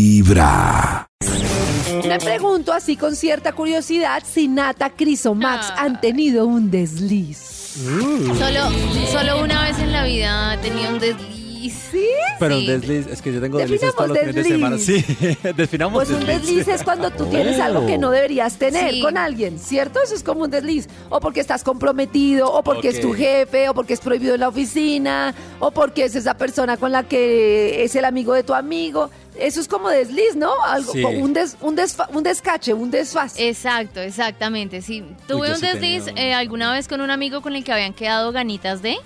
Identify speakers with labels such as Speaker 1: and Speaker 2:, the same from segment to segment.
Speaker 1: Vibra.
Speaker 2: Me pregunto así con cierta curiosidad si Nata, Cris o Max
Speaker 3: Ay.
Speaker 2: han tenido un desliz.
Speaker 4: Mm.
Speaker 3: Solo, solo una vez en la vida tenía un desliz.
Speaker 2: ¿Sí?
Speaker 4: Pero
Speaker 3: Sí.
Speaker 4: un desliz, es que yo tengo
Speaker 2: Definamos
Speaker 4: deslices todos los fines de semana. Sí,
Speaker 2: desliz.
Speaker 4: definamos
Speaker 2: Pues un desliz es cuando
Speaker 4: Oh.
Speaker 2: tú tienes algo que no deberías tener
Speaker 3: Sí.
Speaker 2: con alguien, ¿cierto? Eso es como un desliz. O porque estás comprometido, o porque es tu
Speaker 4: Ok.
Speaker 2: jefe, o porque es prohibido en la oficina, o porque es esa persona con la que es el amigo de tu amigo. Eso es como desliz, ¿no? Algo,
Speaker 4: Sí.
Speaker 2: un, des- un, desfa- un descache, un desfase.
Speaker 3: Exacto, exactamente. Sí, tuve
Speaker 4: yo
Speaker 3: un
Speaker 4: sí
Speaker 3: desliz
Speaker 4: tenía un-
Speaker 3: eh, alguna vez con un amigo con el que habían quedado ganitas de.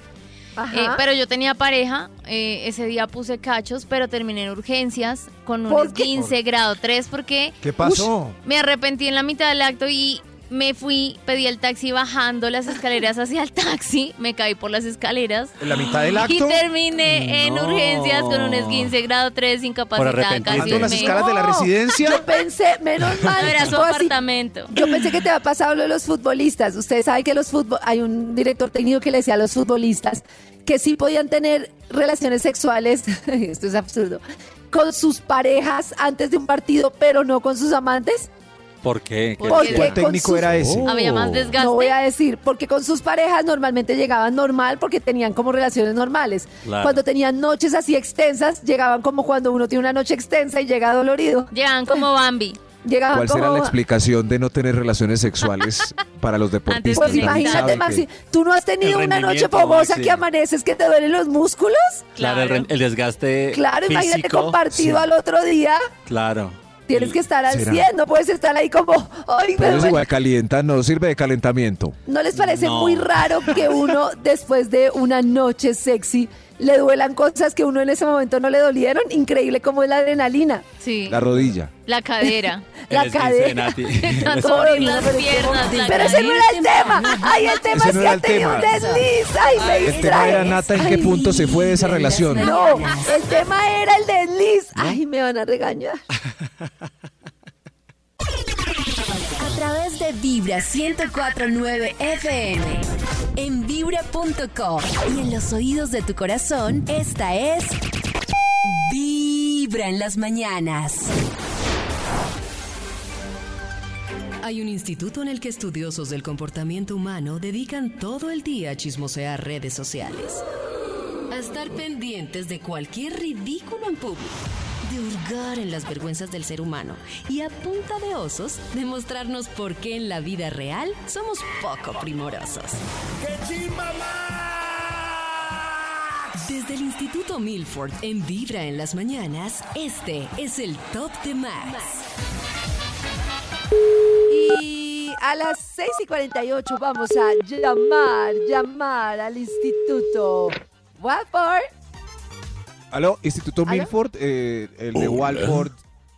Speaker 2: Ajá.
Speaker 3: eh, pero yo tenía pareja, eh, ese día puse cachos, pero terminé en urgencias con un
Speaker 2: ¿Por qué?
Speaker 3: 15 grado 3 porque
Speaker 5: ¿Qué pasó?
Speaker 3: me arrepentí en la mitad del acto y me fui, pedí el taxi bajando las escaleras hacia el taxi, me caí por las escaleras.
Speaker 5: ¿En la mitad del acto?
Speaker 3: Y terminé en
Speaker 4: No.
Speaker 3: urgencias con un esguince grado 3, incapacitada
Speaker 4: arrepentirte.
Speaker 3: casi
Speaker 5: ¿Bajando
Speaker 3: un
Speaker 4: Dime.
Speaker 5: las
Speaker 3: mes.
Speaker 5: escalas de la
Speaker 2: Yo
Speaker 5: residencia?
Speaker 2: pensé, menos mal,
Speaker 3: No era su
Speaker 2: todo así
Speaker 3: apartamento.
Speaker 2: Yo pensé que te había pasado lo de los futbolistas. Ustedes saben que los futbo- hay un director técnico que le decía a los futbolistas que sí podían tener relaciones sexuales, esto es absurdo, con sus parejas antes de un partido, pero no con sus amantes.
Speaker 4: ¿Por qué? ¿Qué
Speaker 3: ¿Por
Speaker 2: Porque
Speaker 3: qué?
Speaker 5: ¿Cuál
Speaker 2: con sus-
Speaker 5: técnico era ese?
Speaker 3: Había más
Speaker 4: Oh.
Speaker 3: desgaste.
Speaker 2: No voy a decir, porque con sus parejas normalmente llegaban normal porque tenían como relaciones normales.
Speaker 4: Claro.
Speaker 2: Cuando tenían noches así extensas, llegaban como cuando uno tiene una noche extensa y llega dolorido.
Speaker 3: Llegaban como Bambi.
Speaker 2: Llegaban
Speaker 5: ¿Cuál
Speaker 2: como
Speaker 5: será la explicación de no tener relaciones sexuales para los deportistas?
Speaker 2: Pues
Speaker 3: Sí,
Speaker 5: Nadie
Speaker 2: imagínate,
Speaker 5: sabe
Speaker 2: Maxi,
Speaker 5: que-
Speaker 2: tú no has tenido
Speaker 4: El
Speaker 2: una noche
Speaker 4: rendimiento,
Speaker 2: fogosa
Speaker 4: Maxi.
Speaker 2: que amaneces que te duelen los músculos.
Speaker 4: Claro, el, re- el desgaste
Speaker 2: Claro,
Speaker 4: Eh, físico.
Speaker 2: imagínate compartido al otro día.
Speaker 4: Claro.
Speaker 2: Tienes que estar al
Speaker 5: será.
Speaker 2: 100, no puedes estar ahí como, ay, me
Speaker 5: Pero es
Speaker 2: duele".
Speaker 5: igual calienta, no sirve de calentamiento.
Speaker 2: ¿No les parece
Speaker 4: No.
Speaker 2: muy raro que uno, después de una noche sexy, le duelan cosas que uno en ese momento no le dolieron? Increíble como es la adrenalina.
Speaker 3: Sí.
Speaker 5: La
Speaker 3: La,
Speaker 5: rodilla.
Speaker 3: cadera.
Speaker 2: La
Speaker 4: El esguince de
Speaker 2: cadera.
Speaker 4: Nati.
Speaker 3: Tanto
Speaker 2: Todo
Speaker 3: abrir
Speaker 2: lindo,
Speaker 3: las
Speaker 2: pero
Speaker 3: piernas, la
Speaker 2: Pero ese no era el tema. Ay, el tema
Speaker 5: Ese
Speaker 2: es
Speaker 5: no
Speaker 2: que
Speaker 5: era
Speaker 2: han
Speaker 5: el
Speaker 2: tenido un
Speaker 5: tema.
Speaker 2: desliz. Ay, me
Speaker 5: El tema
Speaker 2: distrae.
Speaker 5: era Nata en qué punto se fue de esa relación.
Speaker 2: No, el tema era el desliz. Ay, me van a regañar.
Speaker 6: A través de Vibra 104.9 FM. En vibra.com. Y en los oídos de tu corazón, esta es... Vibra en las mañanas.
Speaker 7: Hay un instituto en el que estudiosos del comportamiento humano dedican todo el día a chismosear redes sociales. A estar pendientes de cualquier ridículo en público. De hurgar en las vergüenzas del ser humano. Y a punta de osos, demostrarnos por qué en la vida real somos poco primorosos. Desde el Instituto Milford, en Vibra en las mañanas, este es el Top de Max.
Speaker 2: Y a las 6 y 48 vamos a llamar, llamar al instituto. What for?
Speaker 5: Aló, Instituto
Speaker 2: ¿Aló?
Speaker 5: Milford, eh, el de Walford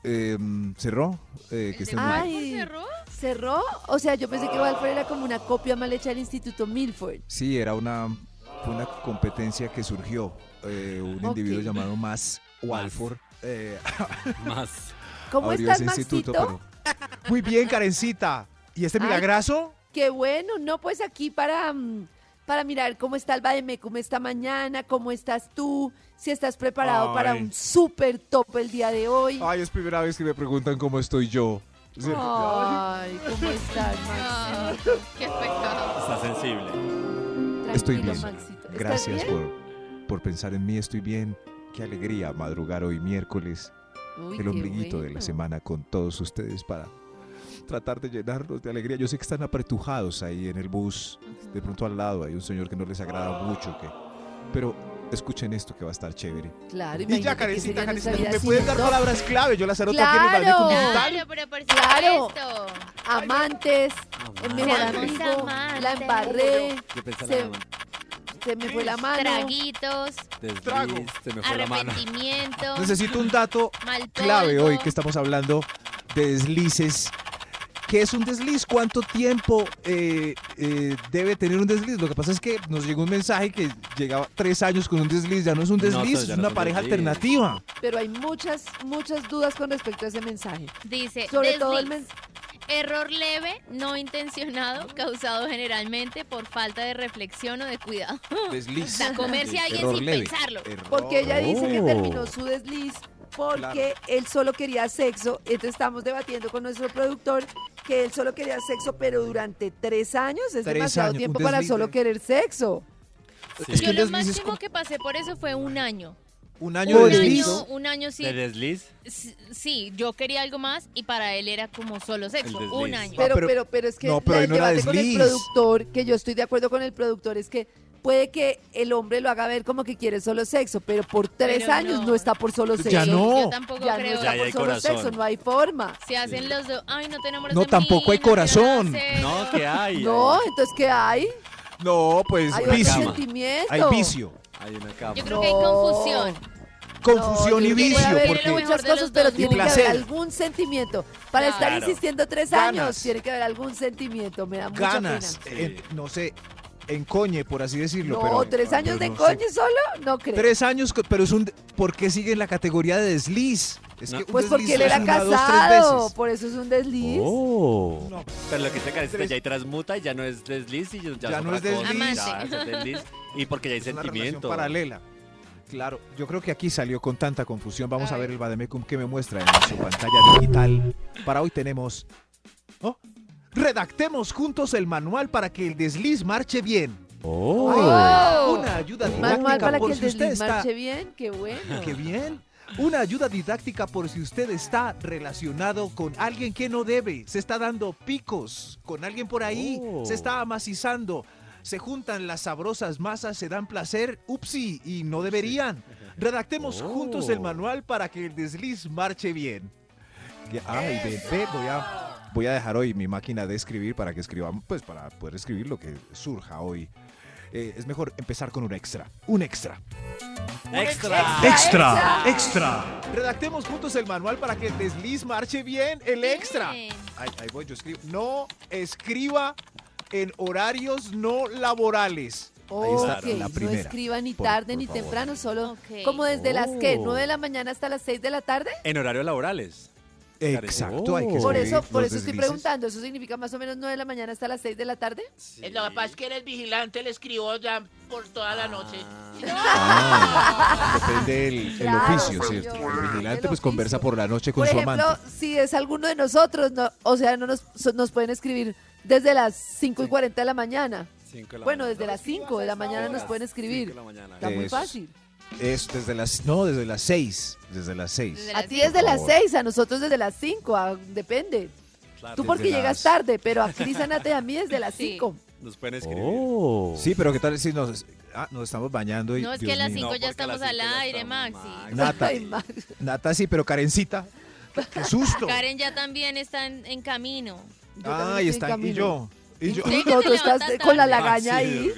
Speaker 5: eh, cerró. Eh, que está en-
Speaker 2: Ay, ¿cerró? O sea, yo pensé que Walford era como una copia mal hecha del instituto Milford.
Speaker 5: Sí, era una, fue una competencia que surgió. eh, un
Speaker 2: Ok.
Speaker 5: individuo llamado Max Walford. eh,
Speaker 4: Más.
Speaker 2: ¿Cómo
Speaker 5: abrió
Speaker 2: estás,
Speaker 5: ese instituto,
Speaker 2: Maxito?
Speaker 5: pero- Muy bien, Karencita. ¿Y este
Speaker 2: Ay.
Speaker 5: milagrazo?
Speaker 2: Qué bueno, no, pues aquí para, mm, para mirar cómo está el Bademecum esta mañana, cómo estás tú, si estás preparado para
Speaker 5: Ay.
Speaker 2: un super top el día de hoy.
Speaker 5: Ay, es primera vez que me preguntan cómo estoy yo. Sí.
Speaker 2: Oh, Ay, ¿cómo estás, Maxito?
Speaker 3: Qué pecado.
Speaker 4: Está sensible.
Speaker 5: Estoy
Speaker 2: Tranquilo,
Speaker 5: bien.
Speaker 2: Maxito. ¿Estás
Speaker 5: Gracias
Speaker 2: bien?
Speaker 5: por, por pensar en mí, estoy bien. Qué alegría madrugar hoy miércoles,
Speaker 2: Uy,
Speaker 5: el
Speaker 2: qué
Speaker 5: ombliguito de la
Speaker 2: bueno.
Speaker 5: semana con todos ustedes para tratar de llenarlos de alegría. Yo sé que están apretujados ahí en el bus, de pronto al lado hay un señor que no les agrada mucho, que, pero escuchen esto que va a estar chévere.
Speaker 2: Claro,
Speaker 5: Y ya,
Speaker 2: imagínate que ese
Speaker 5: Karencita,
Speaker 2: ya no
Speaker 5: Karencita,
Speaker 2: sabía
Speaker 5: ¿me
Speaker 2: si no,
Speaker 5: pueden dar
Speaker 2: no.
Speaker 5: palabras clave? Yo las anoto aquí en mi
Speaker 2: ¡Claro!
Speaker 5: Bademecum
Speaker 3: Claro,
Speaker 5: digital.
Speaker 3: pero por
Speaker 2: Claro.
Speaker 3: supuesto.
Speaker 2: Amantes,
Speaker 5: Ah,
Speaker 2: el mejor
Speaker 3: Seamos
Speaker 2: amigo,
Speaker 3: amantes.
Speaker 2: la embarré,
Speaker 4: Yo pensé
Speaker 2: se,
Speaker 4: en la mano.
Speaker 2: se me fue la mano.
Speaker 3: Traguitos,
Speaker 4: Desliz,
Speaker 5: Trago.
Speaker 4: Se me fue la mano.
Speaker 3: arrepentimiento,
Speaker 5: Necesito un dato
Speaker 3: mal
Speaker 5: clave
Speaker 3: polvo.
Speaker 5: hoy que estamos hablando de deslices. ¿Qué es un desliz? ¿Cuánto tiempo eh, eh, debe tener un desliz? Lo que pasa es que nos llegó un mensaje que llegaba tres años con un desliz. Ya no es un
Speaker 4: No,
Speaker 5: desliz,
Speaker 4: pues,
Speaker 5: es
Speaker 4: ya no
Speaker 5: una
Speaker 4: es un
Speaker 5: pareja
Speaker 4: desliz.
Speaker 5: alternativa.
Speaker 2: Pero hay muchas, muchas dudas con respecto a ese mensaje.
Speaker 3: Dice,
Speaker 2: Sobre todo el
Speaker 3: desliz.
Speaker 2: mensaje.
Speaker 3: Error leve, no intencionado, causado generalmente por falta de reflexión o de cuidado.
Speaker 5: Desliz.
Speaker 3: sea, comerse a alguien
Speaker 5: Error
Speaker 3: sin
Speaker 5: leve.
Speaker 3: pensarlo.
Speaker 5: Error.
Speaker 2: Porque ella dice que
Speaker 4: Oh.
Speaker 2: terminó su desliz porque él solo quería sexo. Entonces estamos debatiendo con nuestro productor que él solo quería sexo, pero durante tres años es
Speaker 5: Tres
Speaker 2: demasiado
Speaker 5: años,
Speaker 2: tiempo
Speaker 5: un
Speaker 2: para
Speaker 5: desliz
Speaker 2: solo
Speaker 5: de-
Speaker 2: querer sexo.
Speaker 4: Sí.
Speaker 5: Es que
Speaker 3: Yo lo
Speaker 5: los meses
Speaker 3: máximo
Speaker 5: como-
Speaker 3: que pasé por eso fue un año.
Speaker 5: Un
Speaker 3: Un
Speaker 5: año de desliz.
Speaker 3: año, un año
Speaker 4: ¿De
Speaker 3: sí.
Speaker 4: desliz?
Speaker 3: s- Sí, yo quería algo más y para él era como solo sexo.
Speaker 4: El
Speaker 3: Un
Speaker 4: desliz.
Speaker 3: año.
Speaker 2: Pero,
Speaker 5: Pues, ah, pero-
Speaker 2: pero, pero es que
Speaker 5: no, pero
Speaker 2: la-
Speaker 5: ahí
Speaker 2: el
Speaker 5: no era
Speaker 2: debate con el
Speaker 5: desliz.
Speaker 2: productor, que yo estoy de acuerdo con el productor, es que puede que el hombre lo haga ver como que quiere solo sexo, pero por tres
Speaker 3: Pero
Speaker 2: años no.
Speaker 3: no.
Speaker 2: está por solo sexo.
Speaker 5: Pues Ya no.
Speaker 3: Yo tampoco
Speaker 2: Ya no
Speaker 3: creo.
Speaker 2: está
Speaker 4: Ya, ya
Speaker 2: por
Speaker 4: hay
Speaker 2: solo
Speaker 4: corazón.
Speaker 2: sexo, no hay forma.
Speaker 3: Se hacen los dos. Ay, no tenemos
Speaker 5: No, tampoco hay corazón.
Speaker 4: No, que hay.
Speaker 2: No,
Speaker 4: Hay,
Speaker 2: entonces ¿qué hay?
Speaker 5: No, pues
Speaker 2: Hay otro
Speaker 5: vicio.
Speaker 4: cama.
Speaker 2: sentimiento.
Speaker 5: Hay vicio.
Speaker 4: Hay una cama.
Speaker 3: Yo creo que hay
Speaker 2: No.
Speaker 3: confusión.
Speaker 2: No,
Speaker 5: Confusión
Speaker 2: yo
Speaker 5: y
Speaker 2: creo que
Speaker 5: vicio.
Speaker 2: Puede haber
Speaker 3: Lo
Speaker 5: Porque
Speaker 3: mejor
Speaker 2: muchas
Speaker 3: de los
Speaker 2: cosas, pero
Speaker 3: dos
Speaker 2: tiene que
Speaker 5: mundos.
Speaker 2: haber
Speaker 5: Placer.
Speaker 2: algún sentimiento. Para estar
Speaker 4: Claro.
Speaker 2: insistiendo tres
Speaker 5: Ganas.
Speaker 2: años, tiene que haber algún sentimiento. Me da mucha
Speaker 5: ganas.
Speaker 2: pena.
Speaker 5: eh, no sé, encoñe, por así decirlo.
Speaker 2: No,
Speaker 5: pero,
Speaker 4: Ah,
Speaker 2: tres años
Speaker 5: yo
Speaker 2: de
Speaker 5: no sé.
Speaker 2: coño solo, no creo.
Speaker 5: Tres años, co- pero es un. ¿Por qué sigue en la categoría de desliz? Es
Speaker 4: No.
Speaker 5: un
Speaker 2: pues porque
Speaker 5: desliz
Speaker 2: él
Speaker 5: es
Speaker 2: era
Speaker 5: una, dos, tres
Speaker 2: casado,
Speaker 5: veces.
Speaker 2: por eso es un desliz.
Speaker 4: Oh.
Speaker 5: No.
Speaker 4: Pero lo que se carece
Speaker 5: Tres-
Speaker 4: ya hay transmuta, ya no es desliz y ya,
Speaker 5: Ya
Speaker 4: es
Speaker 5: no
Speaker 4: otra
Speaker 5: es
Speaker 4: cosa,
Speaker 5: desliz.
Speaker 4: ya
Speaker 3: Amante.
Speaker 4: es desliz. Y porque ya hay
Speaker 5: Es una
Speaker 4: sentimiento.
Speaker 5: relación paralela. Claro, yo creo que aquí salió con tanta confusión. Vamos a,
Speaker 3: A
Speaker 5: ver
Speaker 3: ver.
Speaker 5: el Bademecum que me muestra en su pantalla digital. Para hoy tenemos. ¿oh? Redactemos juntos el manual para que el desliz marche bien.
Speaker 2: Oh.
Speaker 5: Una ayuda didáctica
Speaker 2: Manual para
Speaker 5: por
Speaker 2: que el
Speaker 5: si usted
Speaker 2: desliz
Speaker 5: está.
Speaker 2: marche bien, qué bueno.
Speaker 5: ¡Qué bien! Una ayuda didáctica por si usted está relacionado con alguien que no debe. Se está dando picos con alguien por ahí.
Speaker 4: Oh.
Speaker 5: Se está amacizando. Se juntan las sabrosas masas, se dan placer. Upsi, y no deberían. Redactemos
Speaker 4: Oh.
Speaker 5: juntos el manual para que el desliz marche bien. Ya- Ay, ve, ve, voy a, voy a dejar hoy mi máquina de escribir para que escribamos, pues para poder escribir lo que surja hoy. Eh, es mejor empezar con un extra. Un extra.
Speaker 4: Extra.
Speaker 2: Extra,
Speaker 1: extra.
Speaker 5: Redactemos juntos el manual para que el desliz marche bien, el extra. Ahí, ahí voy, yo escribo. No escriba en horarios no laborales. Ahí está
Speaker 2: Ok,
Speaker 5: la
Speaker 2: no
Speaker 5: primera.
Speaker 2: escriba ni
Speaker 5: Por-
Speaker 2: tarde
Speaker 5: por
Speaker 2: ni
Speaker 5: favor.
Speaker 2: temprano, solo
Speaker 3: Ok.
Speaker 2: como desde las que
Speaker 4: Oh.
Speaker 2: 9 de la mañana hasta las 6 de la tarde.
Speaker 4: En horarios laborales.
Speaker 5: Exacto, hay que
Speaker 4: Oh.
Speaker 2: Por
Speaker 5: escribir
Speaker 2: eso, por
Speaker 5: los
Speaker 2: eso estoy
Speaker 5: deslices.
Speaker 2: preguntando, ¿eso significa más o menos 9 de la mañana hasta las 6 de la tarde?
Speaker 8: Eh, Lo que pasa es que eres vigilante, le escribo ya por toda la noche.
Speaker 5: Ah, depende del el
Speaker 2: Claro,
Speaker 5: oficio,
Speaker 2: señor,
Speaker 5: ¿cierto?
Speaker 2: el
Speaker 5: El vigilante pues
Speaker 2: oficio.
Speaker 5: conversa por la noche con
Speaker 2: por
Speaker 5: su
Speaker 2: ejemplo,
Speaker 5: amante.
Speaker 2: si es alguno de nosotros, no, o sea, no nos, so- nos pueden escribir desde las 5 y 40 de la mañana. Bueno, desde las 5 de la mañana nos pueden escribir. Está muy
Speaker 5: Eso es.
Speaker 2: fácil.
Speaker 5: Es desde las no, desde las seis, desde las seis.
Speaker 3: Desde
Speaker 2: A
Speaker 3: las
Speaker 2: ti
Speaker 3: cinco.
Speaker 2: desde las
Speaker 5: Por
Speaker 2: 6, a nosotros desde las 5, depende. Tú
Speaker 5: Desde
Speaker 2: porque llegas
Speaker 5: las-
Speaker 2: tarde, pero a Cris Anate y a mí desde las
Speaker 3: Sí.
Speaker 2: 5.
Speaker 4: Nos pueden escribir.
Speaker 5: Oh. Sí, pero qué tal si nos, ah, nos estamos bañando y
Speaker 3: No, es que
Speaker 5: Dios
Speaker 3: a las
Speaker 5: mío.
Speaker 4: No,
Speaker 3: cinco ya
Speaker 4: porque a las
Speaker 3: estamos al
Speaker 4: cinco ya
Speaker 3: aire,
Speaker 4: estamos,
Speaker 3: Maxi.
Speaker 4: Max.
Speaker 5: Nata,
Speaker 2: Ay, Max.
Speaker 5: Nata sí, pero Karencita. Qué, qué susto.
Speaker 3: Karen ya también está en, en camino.
Speaker 2: Yo también estoy en
Speaker 5: Ay, Ah, está y
Speaker 2: camino.
Speaker 5: yo. Y yo.
Speaker 3: Sí,
Speaker 2: No,
Speaker 3: te
Speaker 2: tú estás
Speaker 3: levantas
Speaker 2: con la
Speaker 3: tarde.
Speaker 2: lagaña ahí.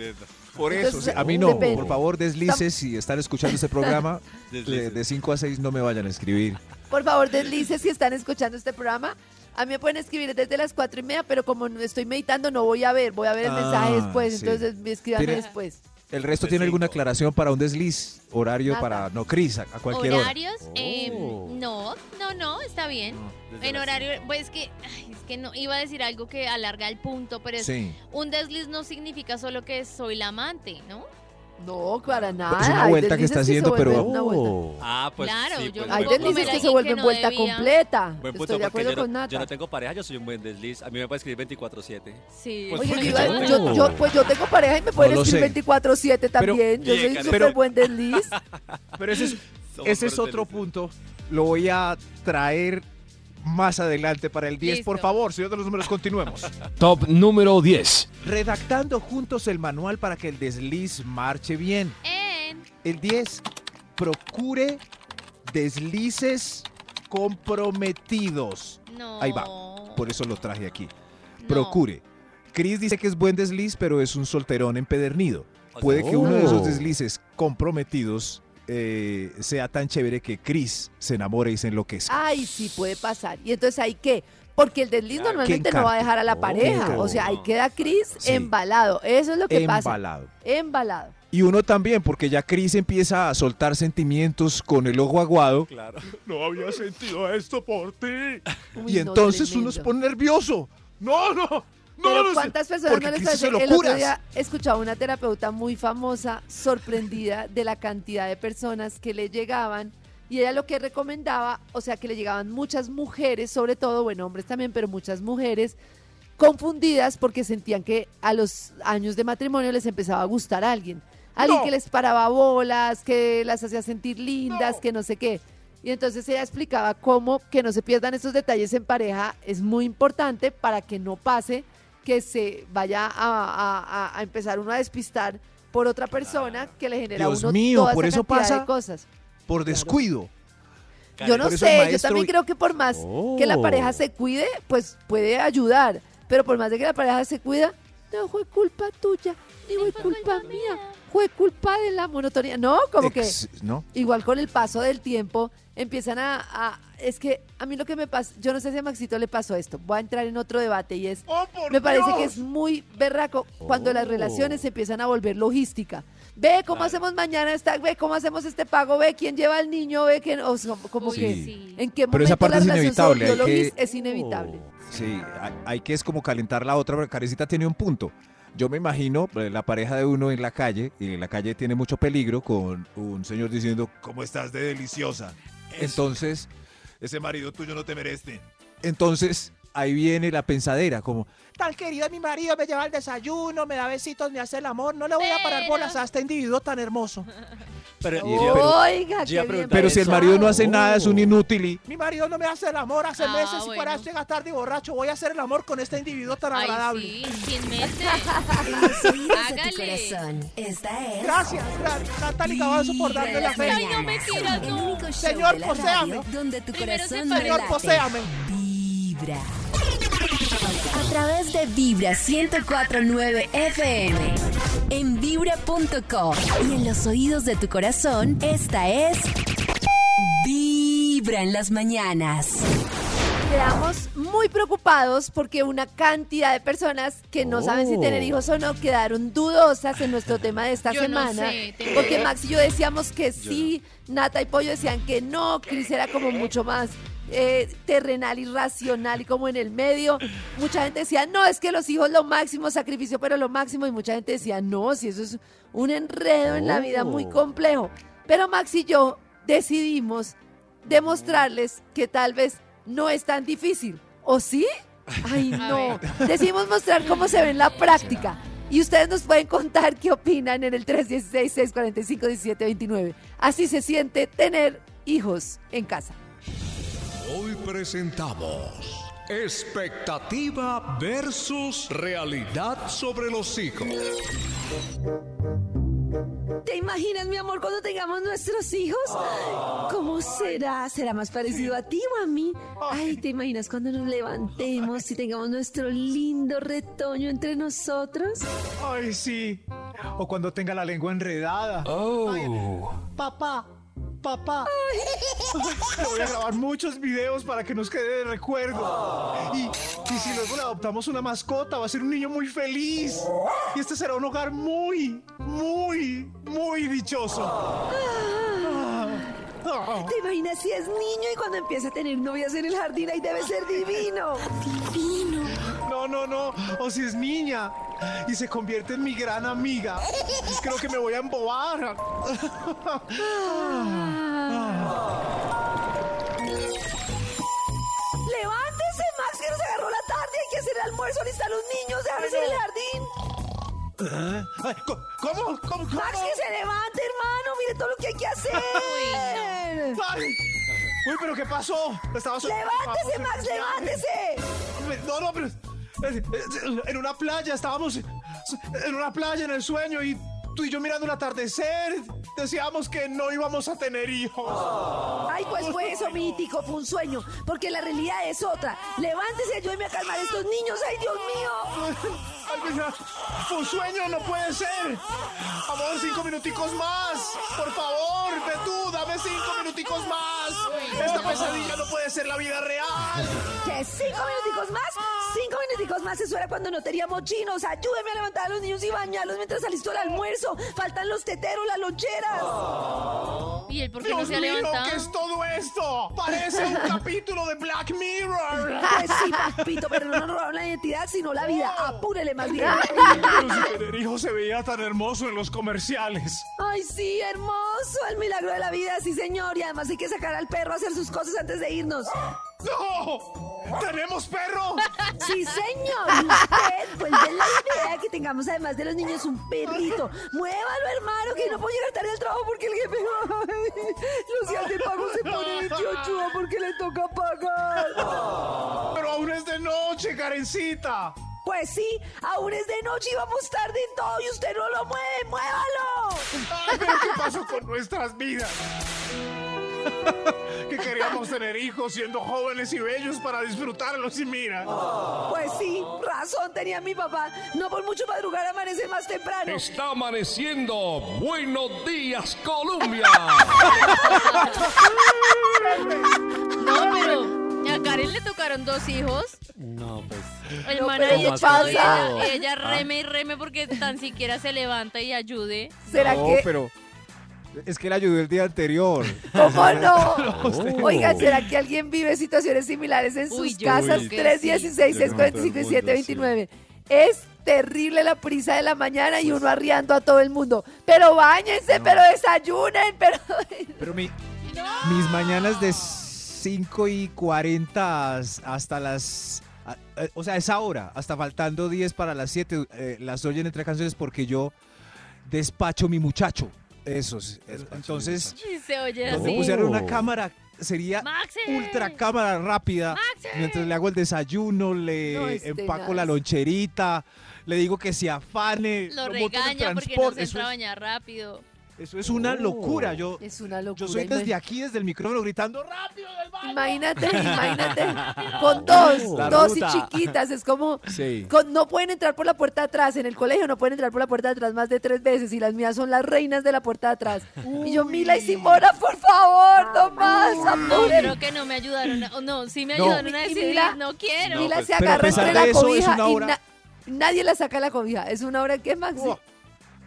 Speaker 5: Por
Speaker 2: Entonces,
Speaker 5: eso, o sea, a mí no.
Speaker 2: depende.
Speaker 5: Por favor, deslices si están escuchando este programa.
Speaker 4: Deslices.
Speaker 5: le- de 5 a 6 no me vayan a escribir.
Speaker 2: Por favor, deslices si están escuchando este programa. A mí me pueden escribir desde las cuatro y media, pero como no estoy meditando, no voy a ver. Voy a ver el
Speaker 5: Ah,
Speaker 2: mensaje después,
Speaker 5: sí.
Speaker 2: entonces me escriban
Speaker 5: Tiene-
Speaker 2: después.
Speaker 5: ¿El resto
Speaker 4: De
Speaker 5: tiene alguna
Speaker 4: cinco.
Speaker 5: aclaración para un desliz? Horario
Speaker 2: Nada.
Speaker 5: para no Cris, a, a cualquier
Speaker 3: Horarios,
Speaker 4: hora.
Speaker 3: em,
Speaker 4: Oh.
Speaker 3: no, no, no, está bien. En horario, pues es que, ay, es que no, iba a decir algo que alarga el punto, pero
Speaker 5: hora.
Speaker 3: es
Speaker 5: Sí.
Speaker 3: un desliz no significa solo que soy la amante, ¿no?
Speaker 2: No, para nada.
Speaker 5: es Pues una
Speaker 2: Ah, Hay
Speaker 5: vuelta que
Speaker 2: deslices
Speaker 5: está haciendo,
Speaker 2: se vuelven
Speaker 5: pero.
Speaker 2: una vuelta.
Speaker 4: Ah, pues
Speaker 3: Claro,
Speaker 4: sí,
Speaker 3: yo
Speaker 4: pues,
Speaker 3: no
Speaker 4: buen
Speaker 2: Hay
Speaker 3: puedo
Speaker 4: punto.
Speaker 2: deslices que se
Speaker 3: alguien
Speaker 2: vuelven
Speaker 3: que no
Speaker 2: vuelta
Speaker 3: debía.
Speaker 2: completa.
Speaker 4: Buen punto,
Speaker 2: Estoy
Speaker 4: porque
Speaker 2: de acuerdo
Speaker 4: yo, no-
Speaker 2: con Nata.
Speaker 4: yo no tengo pareja, yo soy un buen desliz. A mí me puede escribir 24-7.
Speaker 3: Sí.
Speaker 4: Pues
Speaker 2: Oye,
Speaker 4: porque
Speaker 2: yo,
Speaker 4: yo no
Speaker 2: yo-
Speaker 4: tengo.
Speaker 2: yo- pues yo tengo pareja y me pueden
Speaker 5: lo
Speaker 2: escribir
Speaker 5: sé.
Speaker 2: 24-7 también.
Speaker 4: Pero-
Speaker 2: yo soy
Speaker 4: Oye,
Speaker 2: súper
Speaker 5: pero-
Speaker 2: buen desliz.
Speaker 5: Pero ese es,
Speaker 4: Somos
Speaker 5: ese es
Speaker 4: fuertes,
Speaker 5: otro
Speaker 4: dice.
Speaker 5: punto. Lo voy a traer más adelante para el 10. Por
Speaker 3: Listo.
Speaker 5: favor, señor de los números, continuemos.
Speaker 1: Top número 10.
Speaker 5: Redactando juntos el manual para que el desliz marche bien.
Speaker 3: En-
Speaker 5: El 10, procure deslices comprometidos.
Speaker 3: no.
Speaker 5: Ahí va, Por eso lo traje aquí.
Speaker 3: No.
Speaker 5: Procure. Chris dice que es buen desliz, pero es un solterón empedernido.
Speaker 4: O sea,
Speaker 5: Puede que uno de
Speaker 4: oh.
Speaker 5: esos deslices comprometidos eh, sea tan chévere que Chris se enamore y se enloquezca.
Speaker 2: Ay, sí, puede pasar. ¿Y entonces hay qué? Porque el desliz
Speaker 4: Claro,
Speaker 2: normalmente
Speaker 5: ¿quién
Speaker 2: no va a
Speaker 5: canta?
Speaker 2: dejar a la
Speaker 5: Oh,
Speaker 2: pareja.
Speaker 5: ¿quién
Speaker 2: O sea, ahí
Speaker 4: canta?
Speaker 2: queda Cris
Speaker 5: Sí.
Speaker 2: embalado. Eso es lo que pasa.
Speaker 5: Embalado.
Speaker 2: Embalado.
Speaker 5: Y uno también, porque ya Chris empieza a soltar sentimientos con el ojo aguado.
Speaker 4: Claro.
Speaker 5: No había sentido esto por ti.
Speaker 2: Uy,
Speaker 5: Y
Speaker 2: no,
Speaker 5: entonces
Speaker 2: tremendo.
Speaker 5: uno se pone nervioso. No, no, no,
Speaker 2: Pero
Speaker 5: no. sé,
Speaker 2: ¿Cuántas personas
Speaker 5: porque
Speaker 2: no les
Speaker 5: Chris
Speaker 2: parece?
Speaker 5: hizo
Speaker 2: El otro
Speaker 5: locuras.
Speaker 2: día escuchaba una terapeuta muy famosa, sorprendida de la cantidad de personas que le llegaban Y ella lo que recomendaba, o sea, que le llegaban muchas mujeres, sobre todo, bueno, hombres también, pero muchas mujeres confundidas porque sentían que a los años de matrimonio les empezaba a gustar a alguien. Alguien que les paraba bolas, que las hacía sentir lindas, que no sé qué. Y entonces ella explicaba cómo que no se pierdan estos detalles en pareja es muy importante para que no pase que se vaya a, a- a- a empezar uno a despistar por otra persona que le genera a
Speaker 5: Dios
Speaker 2: uno
Speaker 5: mío,
Speaker 2: toda
Speaker 5: por
Speaker 2: esa
Speaker 5: eso
Speaker 2: cantidad de
Speaker 5: pasa.
Speaker 2: cosas.
Speaker 5: Por descuido.
Speaker 2: Yo no
Speaker 5: Por eso el
Speaker 2: sé, yo
Speaker 5: maestro-
Speaker 2: también creo que por más que la
Speaker 1: Oh.
Speaker 2: pareja se cuide, pues puede ayudar. Pero por más de que la pareja se cuida, no fue culpa tuya, ni fue culpa mía, fue culpa de la monotonía. No, como que
Speaker 5: Ex- ¿No?
Speaker 2: igual con el paso del tiempo empiezan a, a- Es que a mí lo que me pasa, yo no sé si a Maxito le pasó esto, voy a entrar en otro debate y es...
Speaker 8: ¡Oh, por
Speaker 2: Me parece
Speaker 8: Dios!
Speaker 2: que es muy berraco cuando
Speaker 5: Oh.
Speaker 2: las relaciones se empiezan a volver logística. Ve cómo hacemos mañana esta, ve cómo hacemos este pago, ve quién lleva al niño, ve quién, o sea, como
Speaker 3: Uy,
Speaker 2: que
Speaker 3: sí.
Speaker 2: en qué momento
Speaker 5: Pero esa parte
Speaker 2: la
Speaker 5: es
Speaker 2: relación se
Speaker 5: inevitable,
Speaker 2: volvió
Speaker 5: hay que- Oh.
Speaker 2: logis- es inevitable.
Speaker 5: Sí, hay, hay que es como calentar la otra, pero Carecita tiene un punto. Yo me imagino eh, la pareja de uno en la calle, y en la calle tiene mucho peligro, con un señor diciendo, ¿cómo estás de deliciosa? Entonces, ese marido tuyo no te merece. Entonces, ahí viene la pensadera, como,
Speaker 9: Tal querida, mi marido me lleva al desayuno, me da besitos, me hace el amor. No le voy a parar bolas a este individuo tan hermoso.
Speaker 4: Pero,
Speaker 5: Y-
Speaker 4: Gia-
Speaker 5: pero-
Speaker 2: Oiga,
Speaker 4: Gia
Speaker 2: qué bien
Speaker 4: pregunta,
Speaker 5: pero si el marido no hace nada, es un inútil y...
Speaker 9: Mi marido no me hace el amor hace
Speaker 3: Ah,
Speaker 9: meses y
Speaker 3: bueno.
Speaker 9: para esto llega tarde y borracho. Voy a hacer el amor con este individuo tan
Speaker 3: Ay,
Speaker 9: agradable.
Speaker 3: sí, sin meses.
Speaker 6: En los oídos de tu
Speaker 3: Hágale.
Speaker 6: corazón. Esta es.
Speaker 9: Gracias, gracias. Natalia Cavazos por darme la
Speaker 6: Vibra
Speaker 9: fe.
Speaker 6: en
Speaker 3: Ay, no me
Speaker 6: las
Speaker 3: quieras,
Speaker 6: mañanas. El
Speaker 3: no.
Speaker 6: único show
Speaker 9: Señor,
Speaker 6: de la
Speaker 9: poséame.
Speaker 6: radio Donde tu
Speaker 3: Primero
Speaker 6: corazón
Speaker 3: se-
Speaker 9: Señor,
Speaker 6: no late.
Speaker 9: poséame.
Speaker 6: Vibra. A través de Vibra 1049 FM. En vibra.com. Y en los oídos de tu corazón, esta es. Vibra en las mañanas.
Speaker 2: Quedamos muy preocupados porque una cantidad de personas que no saben si tener hijos o no quedaron dudosas en nuestro tema de esta
Speaker 3: Yo no
Speaker 2: semana.
Speaker 3: sé, tengo
Speaker 2: porque
Speaker 3: dudas.
Speaker 2: Max y yo decíamos que sí, Nata y Pollo decían que no, Cris era como mucho más eh, terrenal y racional y como en el medio. Mucha gente decía, no, es que los hijos lo máximo, sacrificio, pero lo máximo. Y mucha gente decía, no, si eso es un enredo en la vida muy
Speaker 1: Oh.
Speaker 2: complejo. Pero Max y yo decidimos demostrarles que tal vez no es tan difícil. ¿O sí? Ay,
Speaker 3: A
Speaker 2: no. Decidimos mostrar cómo se ve en la práctica. Y ustedes nos pueden contar qué opinan en el 316-645-1729. Así se siente tener hijos en casa.
Speaker 10: Hoy presentamos expectativa versus realidad sobre los hijos.
Speaker 2: ¿Te imaginas, mi amor, cuando tengamos nuestros hijos? ¿Cómo será? ¿Será más parecido a ti o a mí? Ay, ¿te imaginas cuando nos levantemos y tengamos nuestro lindo retoño entre nosotros?
Speaker 5: Ay, sí. O cuando tenga la lengua enredada.
Speaker 9: Papá, papá.
Speaker 5: Voy a grabar muchos videos para que nos quede de recuerdo. Y, y si luego le adoptamos una mascota, va a ser un niño muy feliz. Y este será un hogar muy, muy, muy dichoso. Ah,
Speaker 2: ¿Te imaginas si es niño y cuando empieza a tener novias en el jardín ahí debe ser divino?
Speaker 5: No, no, no. O si es niña y se convierte en mi gran amiga. pues Creo que me voy a embobar. Ah,
Speaker 2: ¡Levántese, Max, que nos agarró la tarde! ¡Hay que hacer el almuerzo, listar los niños, dejarles en el jardín!
Speaker 9: Ay, co- ¿Cómo? ¿Cómo? ¿Cómo?
Speaker 2: ¡Max, que se levante, hermano! ¡Mire todo lo que hay que hacer!
Speaker 9: Ay. Uy, pero ¿qué pasó? Estaba so-
Speaker 2: ¡Levántese, Max, levántese!
Speaker 9: No, no, pero. En una playa estábamos. En una playa en el sueño y tú y yo mirando el atardecer. Decíamos que no íbamos a tener hijos.
Speaker 2: Ay, pues fue eso, mítico, fue un sueño, porque la realidad es otra. Levántese, ayúdeme a calmar a estos niños, ay, Dios mío.
Speaker 9: Ay, mira, fue un sueño, no puede ser. Amor, cinco minuticos más. Por favor, ve tú, dame cinco minuticos más. Esta pesadilla no puede ser la vida real.
Speaker 2: Que cinco minuticos más, cinco minuticos más, eso era cuando no teníamos chinos. Ayúdeme a levantar a los niños y bañarlos mientras alisto el almuerzo. Faltan los teteros, las loncheras. Oh.
Speaker 3: ¿Y él por qué no
Speaker 9: Dios
Speaker 3: se ha
Speaker 9: mío, ¿qué
Speaker 3: levantado?
Speaker 9: es todo esto? Parece un capítulo de Black Mirror.
Speaker 2: Pues sí, Pito, pero no nos robaron la identidad, sino la vida.
Speaker 9: Oh.
Speaker 2: Apúrele más bien.
Speaker 9: El hijo se veía tan hermoso en los comerciales.
Speaker 2: Ay, sí, hermoso. El milagro de la vida, sí, señor. Y además hay que sacar al perro a hacer sus cosas antes de irnos.
Speaker 9: ¡No! ¡Tenemos perro!
Speaker 2: Sí, señor. Usted, pues de la idea de que tengamos además de los niños un perrito. Muévalo, hermano, que no puedo llegar tarde al trabajo porque el jefe. Ay, los días de pago se pone 28 porque le toca pagar.
Speaker 9: Pero aún es de noche, Karencita.
Speaker 2: Pues sí, aún es de noche y vamos tarde en todo y usted no lo mueve. ¡Muévalo!
Speaker 9: Ay, pero ¿qué pasó con nuestras vidas? Que queríamos tener hijos siendo jóvenes y bellos para disfrutarlos y mira.
Speaker 2: Pues sí, razón tenía mi papá. No por mucho madrugar amanece más temprano.
Speaker 10: Está amaneciendo. Buenos días, Colombia.
Speaker 3: No, pero a Karen le tocaron dos hijos.
Speaker 4: No, pues.
Speaker 3: El
Speaker 2: No,
Speaker 3: man
Speaker 2: pero
Speaker 3: ahí
Speaker 2: ¿qué
Speaker 3: echado y
Speaker 2: pasa?
Speaker 3: ella, y
Speaker 5: Ah.
Speaker 3: ella reme y reme porque tan siquiera se levanta y ayude.
Speaker 2: ¿Será
Speaker 5: No,
Speaker 2: que.?
Speaker 5: pero es que él ayudó el día anterior.
Speaker 2: ¿Cómo no?
Speaker 5: usted.
Speaker 2: Oigan, ¿será que alguien vive situaciones similares en
Speaker 3: Uy,
Speaker 2: sus
Speaker 3: yo
Speaker 2: casas?
Speaker 3: creo que
Speaker 2: 316,
Speaker 5: sí. Yo creo que todo
Speaker 2: 645
Speaker 5: el
Speaker 2: y
Speaker 5: mundo,
Speaker 2: 729. Es terrible la prisa de la mañana
Speaker 5: Pues
Speaker 2: y uno arriando a todo el mundo. Pero bañense, pero desayunen, pero.
Speaker 5: Pero mi- mis mañanas de 5 y 40 as- hasta las... a- eh, O sea, esa hora, hasta faltando 10 para las 7, eh, las oyen entre canciones porque yo despacho mi muchacho. Eso, sí, eh, entonces,
Speaker 3: Y se oye
Speaker 5: donde
Speaker 3: así.
Speaker 5: pusieran una cámara sería
Speaker 3: Maxi.
Speaker 5: ultra cámara rápida.
Speaker 3: Maxi.
Speaker 5: Mientras le hago el desayuno, le
Speaker 2: No, es
Speaker 5: empaco
Speaker 2: tenaz.
Speaker 5: la loncherita, le digo que se afane.
Speaker 3: Lo
Speaker 5: monto en el
Speaker 3: regaña porque no
Speaker 5: transporte.
Speaker 3: se Oh.
Speaker 5: Eso
Speaker 3: entra a
Speaker 5: es-
Speaker 3: bañar rápido.
Speaker 5: eso es una locura. Yo,
Speaker 2: Es una locura.
Speaker 5: yo soy
Speaker 2: imagínate.
Speaker 5: desde aquí, desde el micrófono, gritando rápido del baño.
Speaker 2: Imagínate, imagínate. Con dos,
Speaker 1: La
Speaker 2: dos
Speaker 1: ruta.
Speaker 2: y chiquitas. Es como.
Speaker 1: Sí.
Speaker 2: con- no pueden entrar por la puerta de atrás. En el colegio no pueden entrar por la puerta de atrás más de tres veces. Y las mías son las reinas de la puerta de atrás. Y yo, Mila y Simona, por favor, no más.
Speaker 3: No,
Speaker 2: apure".
Speaker 3: creo que no me ayudaron. a- o no, sí me
Speaker 5: No.
Speaker 3: ayudaron a
Speaker 2: Y
Speaker 3: decidir.
Speaker 2: mira-
Speaker 3: no quiero.
Speaker 2: Mila
Speaker 4: pues,
Speaker 2: se
Speaker 5: pero a
Speaker 2: agarra
Speaker 5: pesar
Speaker 2: entre
Speaker 5: de
Speaker 2: la
Speaker 5: eso, es
Speaker 2: cobija
Speaker 5: una
Speaker 2: y
Speaker 5: hora-
Speaker 2: na- nadie la saca de la cobija. Es una hora que Maxi.
Speaker 5: Oh.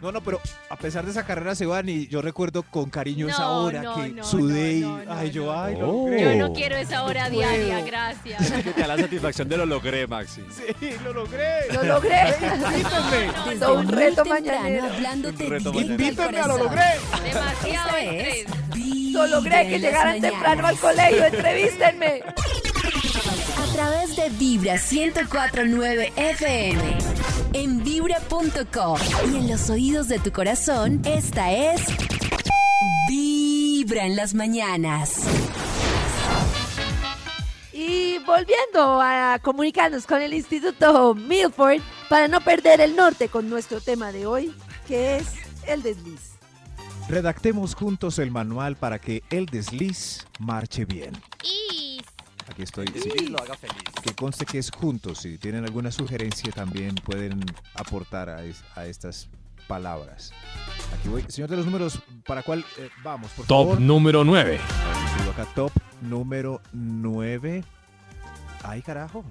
Speaker 5: No, no, pero a pesar de esa carrera se van y yo recuerdo con cariño esa
Speaker 3: No,
Speaker 5: hora
Speaker 3: no,
Speaker 5: que
Speaker 3: no,
Speaker 5: sudé
Speaker 3: no,
Speaker 5: y,
Speaker 3: no,
Speaker 5: ay, yo,
Speaker 3: no,
Speaker 5: ay,
Speaker 1: no.
Speaker 5: no
Speaker 3: Yo
Speaker 5: creo.
Speaker 3: no quiero esa hora diaria, gracias.
Speaker 4: Que te da la satisfacción de lo logré, Maxi.
Speaker 5: Sí, lo logré.
Speaker 2: Lo logré. Hizo un
Speaker 6: Muy
Speaker 2: reto
Speaker 6: temprano,
Speaker 2: mañanero.
Speaker 6: hablándote
Speaker 4: Un reto
Speaker 6: directo al
Speaker 9: Invítenme a lo
Speaker 6: corazón.
Speaker 9: logré.
Speaker 3: Demasiado
Speaker 6: Esto es
Speaker 3: estrés.
Speaker 2: Lo logré
Speaker 6: Vibra
Speaker 2: que
Speaker 6: en las
Speaker 2: llegaran
Speaker 6: mañanas.
Speaker 2: temprano al colegio. Entrevístenme.
Speaker 6: A través de Vibra 1049 FM. En vibra.com y en los oídos de tu corazón, esta es Vibra en las mañanas.
Speaker 2: Y volviendo a comunicarnos con el Instituto Milford para no perder el norte con nuestro tema de hoy, que es el desliz.
Speaker 5: Redactemos juntos el manual para que el desliz marche bien.
Speaker 3: Y
Speaker 5: Aquí estoy. sí.
Speaker 4: Sí, lo haga feliz.
Speaker 5: Que conste que es juntos. Si tienen alguna sugerencia también pueden aportar a, es- a estas palabras. Aquí voy. Señor de los números, ¿para cuál eh, vamos? Por
Speaker 1: Top
Speaker 5: favor.
Speaker 1: número 9.
Speaker 5: Escribo acá top número 9. Ay, carajo.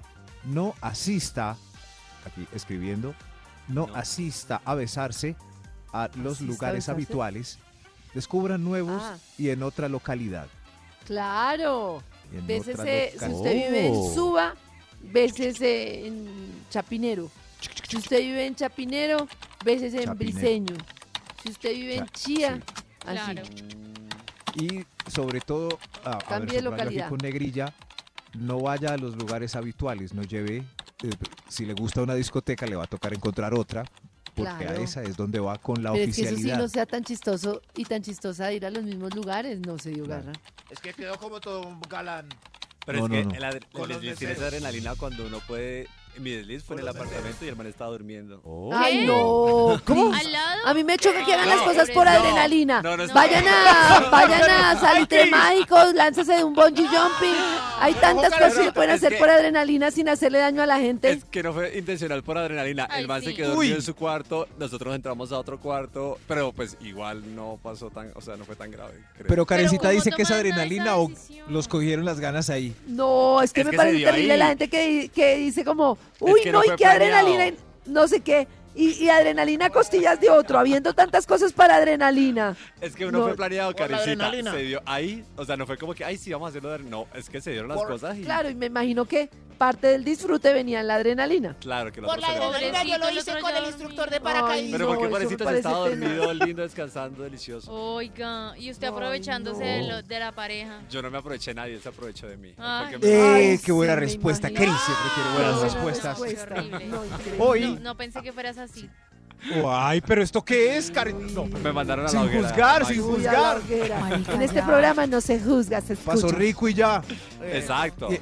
Speaker 5: No asista, aquí escribiendo, no,
Speaker 4: No.
Speaker 5: asista a besarse a los
Speaker 2: ¿Asista a
Speaker 5: lugares
Speaker 2: besarse?
Speaker 5: habituales. Descubran nuevos
Speaker 2: Ah.
Speaker 5: y en otra localidad.
Speaker 2: Claro.
Speaker 5: En otra
Speaker 2: Bésese, si
Speaker 5: local-
Speaker 2: usted vive en
Speaker 1: Oh.
Speaker 2: Suba, bésese en Chapinero. Si usted vive en Chapinero, bésese en
Speaker 5: Chapinero.
Speaker 2: Briseño. Si usted vive en
Speaker 5: Cha-
Speaker 2: Chía,
Speaker 5: sí.
Speaker 2: así.
Speaker 3: claro.
Speaker 5: Y sobre todo, a,
Speaker 2: Cambie
Speaker 5: a ver,
Speaker 2: de
Speaker 5: subrayando aquí
Speaker 2: localidad.
Speaker 5: con negrilla, no vaya a los lugares habituales, no lleve, eh, si le gusta una discoteca le va a tocar encontrar otra, porque
Speaker 2: Claro.
Speaker 5: a esa es donde va con la
Speaker 2: Pero es que
Speaker 5: oficialidad.
Speaker 2: eso sí no sea tan chistoso y tan chistosa de ir a los mismos lugares, no se dio
Speaker 5: Claro.
Speaker 2: garra.
Speaker 9: Es que quedó como todo un galán.
Speaker 4: Pero
Speaker 5: No,
Speaker 4: es
Speaker 5: no,
Speaker 4: que
Speaker 5: no.
Speaker 4: el adre- el
Speaker 9: Con los
Speaker 4: desliz tiene
Speaker 9: meseros.
Speaker 4: esa adrenalina cuando uno puede. Mi desliz fue en el apartamento y el man estaba durmiendo.
Speaker 5: Oh.
Speaker 2: Ay, no. ¿Cómo?
Speaker 3: Al lado.
Speaker 2: A mí me choca que hagan
Speaker 4: No,
Speaker 2: las cosas por
Speaker 4: no,
Speaker 2: adrenalina.
Speaker 4: no, no, no.
Speaker 2: vayan a, vayan a salitre mágicos, lánzase de un bungee jumping. Hay tantas
Speaker 9: Ojalá,
Speaker 2: cosas que se
Speaker 4: no,
Speaker 2: pueden
Speaker 4: es
Speaker 2: hacer
Speaker 4: que-
Speaker 2: por adrenalina sin hacerle daño a la gente.
Speaker 4: Es que no fue intencional por adrenalina.
Speaker 3: Ay,
Speaker 4: el man
Speaker 3: sí.
Speaker 4: se quedó dormido
Speaker 5: Uy.
Speaker 4: en su cuarto. Nosotros entramos a otro cuarto. Pero pues igual no pasó tan. O sea, no fue tan grave. creo.
Speaker 5: Pero Karencita
Speaker 3: ¿cómo
Speaker 5: dice que es
Speaker 3: tomaron esa
Speaker 5: adrenalina o
Speaker 3: decisión?
Speaker 5: los cogieron las ganas ahí.
Speaker 2: No, es que
Speaker 4: Es
Speaker 2: me
Speaker 4: que se
Speaker 2: parece
Speaker 4: dio
Speaker 2: terrible
Speaker 4: ahí.
Speaker 2: la gente que, que dice como, uy,
Speaker 4: que
Speaker 2: no,
Speaker 4: no
Speaker 2: y
Speaker 4: fue
Speaker 2: qué adrenalina,
Speaker 4: planeado.
Speaker 2: y no sé qué. Y, y adrenalina a costillas de otro, habiendo tantas cosas para adrenalina.
Speaker 4: Es que no,
Speaker 2: No.
Speaker 4: fue planeado,
Speaker 9: Por la
Speaker 4: Karencita.
Speaker 9: adrenalina.
Speaker 4: Se dio ahí. O sea, no fue como que, ay, sí, vamos a hacerlo. de- No, es que se dieron las
Speaker 9: Por-
Speaker 4: cosas y.
Speaker 2: Claro, y me imagino que aparte del disfrute venían la adrenalina.
Speaker 4: Claro que lo
Speaker 8: Por la
Speaker 4: otro se le-
Speaker 8: adrenalina yo lo
Speaker 3: Pobrecito, el
Speaker 8: hice
Speaker 3: otro
Speaker 8: con
Speaker 3: ya
Speaker 8: el instructor de
Speaker 2: dormido. Ay,
Speaker 8: paracaidismo.
Speaker 4: Pero
Speaker 2: No,
Speaker 4: porque
Speaker 2: eso me
Speaker 4: pobrecito se
Speaker 2: parece
Speaker 4: estaba
Speaker 2: tenaz.
Speaker 4: dormido, lindo, descansando, delicioso.
Speaker 3: Oiga, y usted
Speaker 2: Ay,
Speaker 3: aprovechándose de,
Speaker 5: no.
Speaker 3: lo- de la pareja.
Speaker 4: Yo no me aproveché de nadie, él se aprovechó de mí.
Speaker 3: Ay.
Speaker 4: Porque me-
Speaker 2: Ay,
Speaker 5: ¡Eh! ¡Qué buena
Speaker 2: sí, me
Speaker 5: respuesta!
Speaker 2: imagino.
Speaker 5: Cris siempre quiere buenas
Speaker 2: Buena
Speaker 5: respuestas.
Speaker 2: respuesta.
Speaker 3: Ah, Horrible.
Speaker 2: No, increíble.
Speaker 5: Hoy.
Speaker 3: No, no pensé que fueras así.
Speaker 5: ¡Ay, pero esto qué es, Cari? No,
Speaker 4: pues me mandaron a la
Speaker 5: Sin
Speaker 4: hoguera.
Speaker 5: juzgar,
Speaker 4: Ay,
Speaker 5: sin
Speaker 2: Uy, a la
Speaker 5: juzgar.
Speaker 2: hoguera.
Speaker 6: Marica,
Speaker 2: En este
Speaker 6: ya.
Speaker 2: programa no se juzga, se escucha.
Speaker 5: Pasó rico y ya.
Speaker 4: Exacto.
Speaker 5: Eh,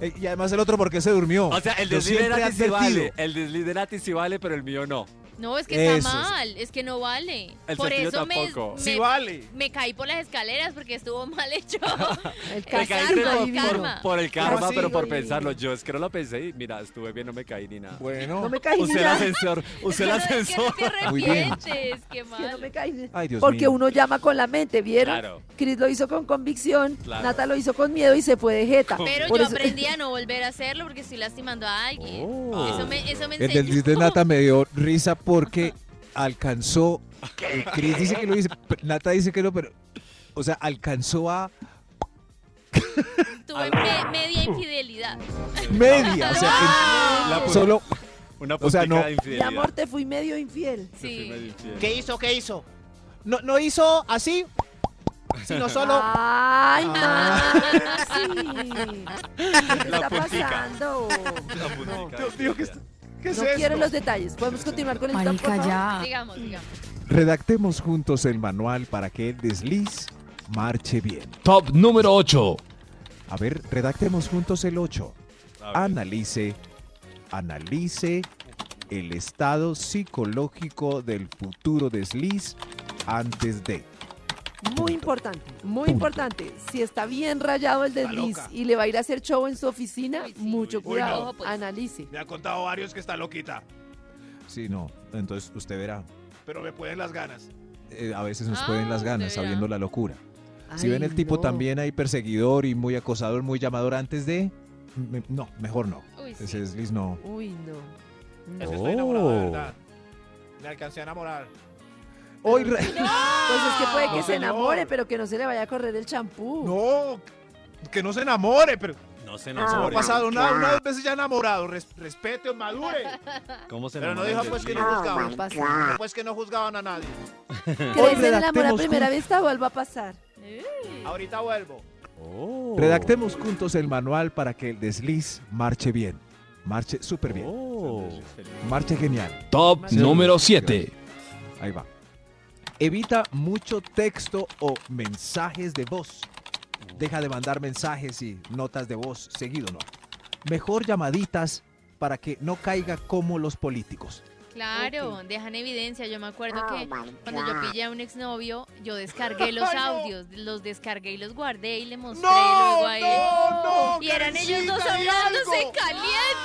Speaker 5: eh, Y además el otro porque se durmió.
Speaker 4: O sea, el
Speaker 5: Yo
Speaker 4: desliz de
Speaker 5: siempre he
Speaker 4: Nati sí
Speaker 5: advertido.
Speaker 4: vale. El desliz de Nati sí vale, pero el mío no.
Speaker 3: No, es que
Speaker 5: Eso
Speaker 3: está
Speaker 5: es.
Speaker 3: mal, es que no vale.
Speaker 4: El
Speaker 3: por
Speaker 4: sentido
Speaker 3: eso me,
Speaker 4: tampoco.
Speaker 3: me,
Speaker 9: Sí vale.
Speaker 3: me caí por las escalleras porque estuvo mal hecho.
Speaker 2: El
Speaker 4: Me caí
Speaker 3: Karma,
Speaker 4: por,
Speaker 3: el
Speaker 4: por-
Speaker 3: karma.
Speaker 4: por el karma,
Speaker 9: Así.
Speaker 4: pero por pensarlo. Yo es que no lo pensé y mira, estuve bien, no me caí ni nada.
Speaker 5: Bueno.
Speaker 2: No me caí ni
Speaker 4: Usé el
Speaker 2: nada.
Speaker 4: ascensor, usé el
Speaker 3: Pero es que
Speaker 4: ascensor.
Speaker 3: no
Speaker 5: Muy
Speaker 3: te
Speaker 5: bien.
Speaker 3: arrepientes, qué
Speaker 2: Que no
Speaker 3: mal.
Speaker 2: me caí.
Speaker 5: Ay, Dios
Speaker 2: Porque
Speaker 5: mío.
Speaker 2: uno llama con la mente, ¿vieron?
Speaker 4: Claro.
Speaker 2: Cris lo hizo con convicción,
Speaker 4: Claro.
Speaker 2: Nata lo hizo con miedo y se fue de jeta.
Speaker 3: Pero
Speaker 2: Por
Speaker 3: yo
Speaker 2: eso-
Speaker 3: aprendí a no volver a hacerlo porque estoy lastimando a alguien.
Speaker 5: Oh.
Speaker 3: Eso me, eso me
Speaker 5: El
Speaker 3: enseñó.
Speaker 5: desliz de Nata me dio risa porque alcanzó. eh, Cris dice que lo dice. pero Nata dice que no, pero. O sea, alcanzó a
Speaker 3: Tuve me- media infidelidad.
Speaker 5: media. O sea,
Speaker 4: La
Speaker 5: en-
Speaker 4: pu-
Speaker 5: solo.
Speaker 4: una
Speaker 5: o sea,
Speaker 4: puntica
Speaker 5: no.
Speaker 4: de
Speaker 2: Mi
Speaker 4: infidelidad.
Speaker 2: amor, te fui medio infiel.
Speaker 4: Se fue medio
Speaker 3: Sí.
Speaker 4: infiel.
Speaker 8: ¿Qué hizo? ¿Qué hizo? No, no hizo así, sino solo.
Speaker 2: Ay,
Speaker 9: Ah.
Speaker 2: Maxi. ¿Qué te
Speaker 4: La
Speaker 2: está
Speaker 4: puntica.
Speaker 2: pasando?
Speaker 4: La puntica de
Speaker 9: Dios mío, ¿qué, es-
Speaker 4: infidelidad.
Speaker 9: qué es
Speaker 2: No
Speaker 9: esto?
Speaker 2: quiero los detalles. ¿Podemos continuar con el top, por
Speaker 6: Marica,
Speaker 2: favor?
Speaker 6: ya.
Speaker 3: Digamos, digamos.
Speaker 5: Redactemos juntos el manual para que el desliz marche bien.
Speaker 1: Top número 8.
Speaker 5: A ver, redactemos juntos el 8.
Speaker 4: A ver.
Speaker 5: Analice, analice el estado psicológico del futuro desliz antes de.
Speaker 2: Muy importante, muy
Speaker 5: Punto.
Speaker 2: importante. Si está bien rayado el desliz
Speaker 9: loca.
Speaker 2: y le va a ir a hacer show en su oficina,
Speaker 3: Uy, sí.
Speaker 2: mucho
Speaker 3: Uy,
Speaker 2: cuidado.
Speaker 3: no.
Speaker 2: Analice.
Speaker 9: Me ha contado varios que está loquita,
Speaker 5: Sí, no. Entonces usted verá.
Speaker 9: pero me pueden las ganas.
Speaker 5: eh, a veces nos
Speaker 3: Ah,
Speaker 5: pueden las ganas
Speaker 3: usted verá.
Speaker 5: sabiendo la locura. si
Speaker 2: Ay,
Speaker 5: ven el tipo
Speaker 2: no.
Speaker 5: también ahí perseguidor y muy acosador, muy llamador antes de. me- no, mejor no.
Speaker 3: Uy, sí.
Speaker 5: Ese desliz no.
Speaker 2: Uy, no. No.
Speaker 9: Eso estoy enamorado, de
Speaker 5: Oh.
Speaker 9: verdad. Me alcancé a enamorar.
Speaker 5: Hoy re-
Speaker 2: Pues es que puede que
Speaker 9: No,
Speaker 2: se enamore,
Speaker 9: señor.
Speaker 2: pero que no se le vaya a correr el champú.
Speaker 9: No, que no se enamore, pero
Speaker 4: No
Speaker 2: Ah.
Speaker 4: se
Speaker 9: no ha
Speaker 4: enamore. Ah.
Speaker 9: pasado nada. Una vez veces ya enamorado. Res- respete, madure.
Speaker 4: ¿Cómo se
Speaker 9: Pero no
Speaker 4: enamora
Speaker 9: dijo
Speaker 4: el
Speaker 9: pues que
Speaker 4: desliz?
Speaker 9: no juzgaban.
Speaker 2: No Ah. pasa.
Speaker 9: Dijo, Pues que no juzgaban a nadie.
Speaker 2: Oh, ¿Crees en el amor a
Speaker 5: redactemos
Speaker 2: primera
Speaker 5: juntos.
Speaker 2: vista? Vuelva a pasar.
Speaker 9: Ahorita vuelvo.
Speaker 4: Oh.
Speaker 5: redactemos juntos el manual para que el desliz marche bien. Marche súper bien.
Speaker 4: Oh.
Speaker 5: Marche genial.
Speaker 1: Top
Speaker 5: Sí.
Speaker 1: número 7.
Speaker 5: Ahí va. Evita mucho texto o mensajes de voz. Deja de mandar mensajes y notas de voz seguido, ¿no? Mejor llamaditas para que no caiga como los políticos.
Speaker 3: Claro, dejan evidencia. Yo me acuerdo que
Speaker 9: Oh
Speaker 3: cuando yo pillé a un exnovio, yo descargué los audios, los descargué y los guardé y le mostré
Speaker 9: ¡No!
Speaker 3: luego a él.
Speaker 9: ¡No, no!
Speaker 3: y eran ellos dos
Speaker 9: Karencita, di
Speaker 3: hablándose en
Speaker 9: algo.
Speaker 3: caliente.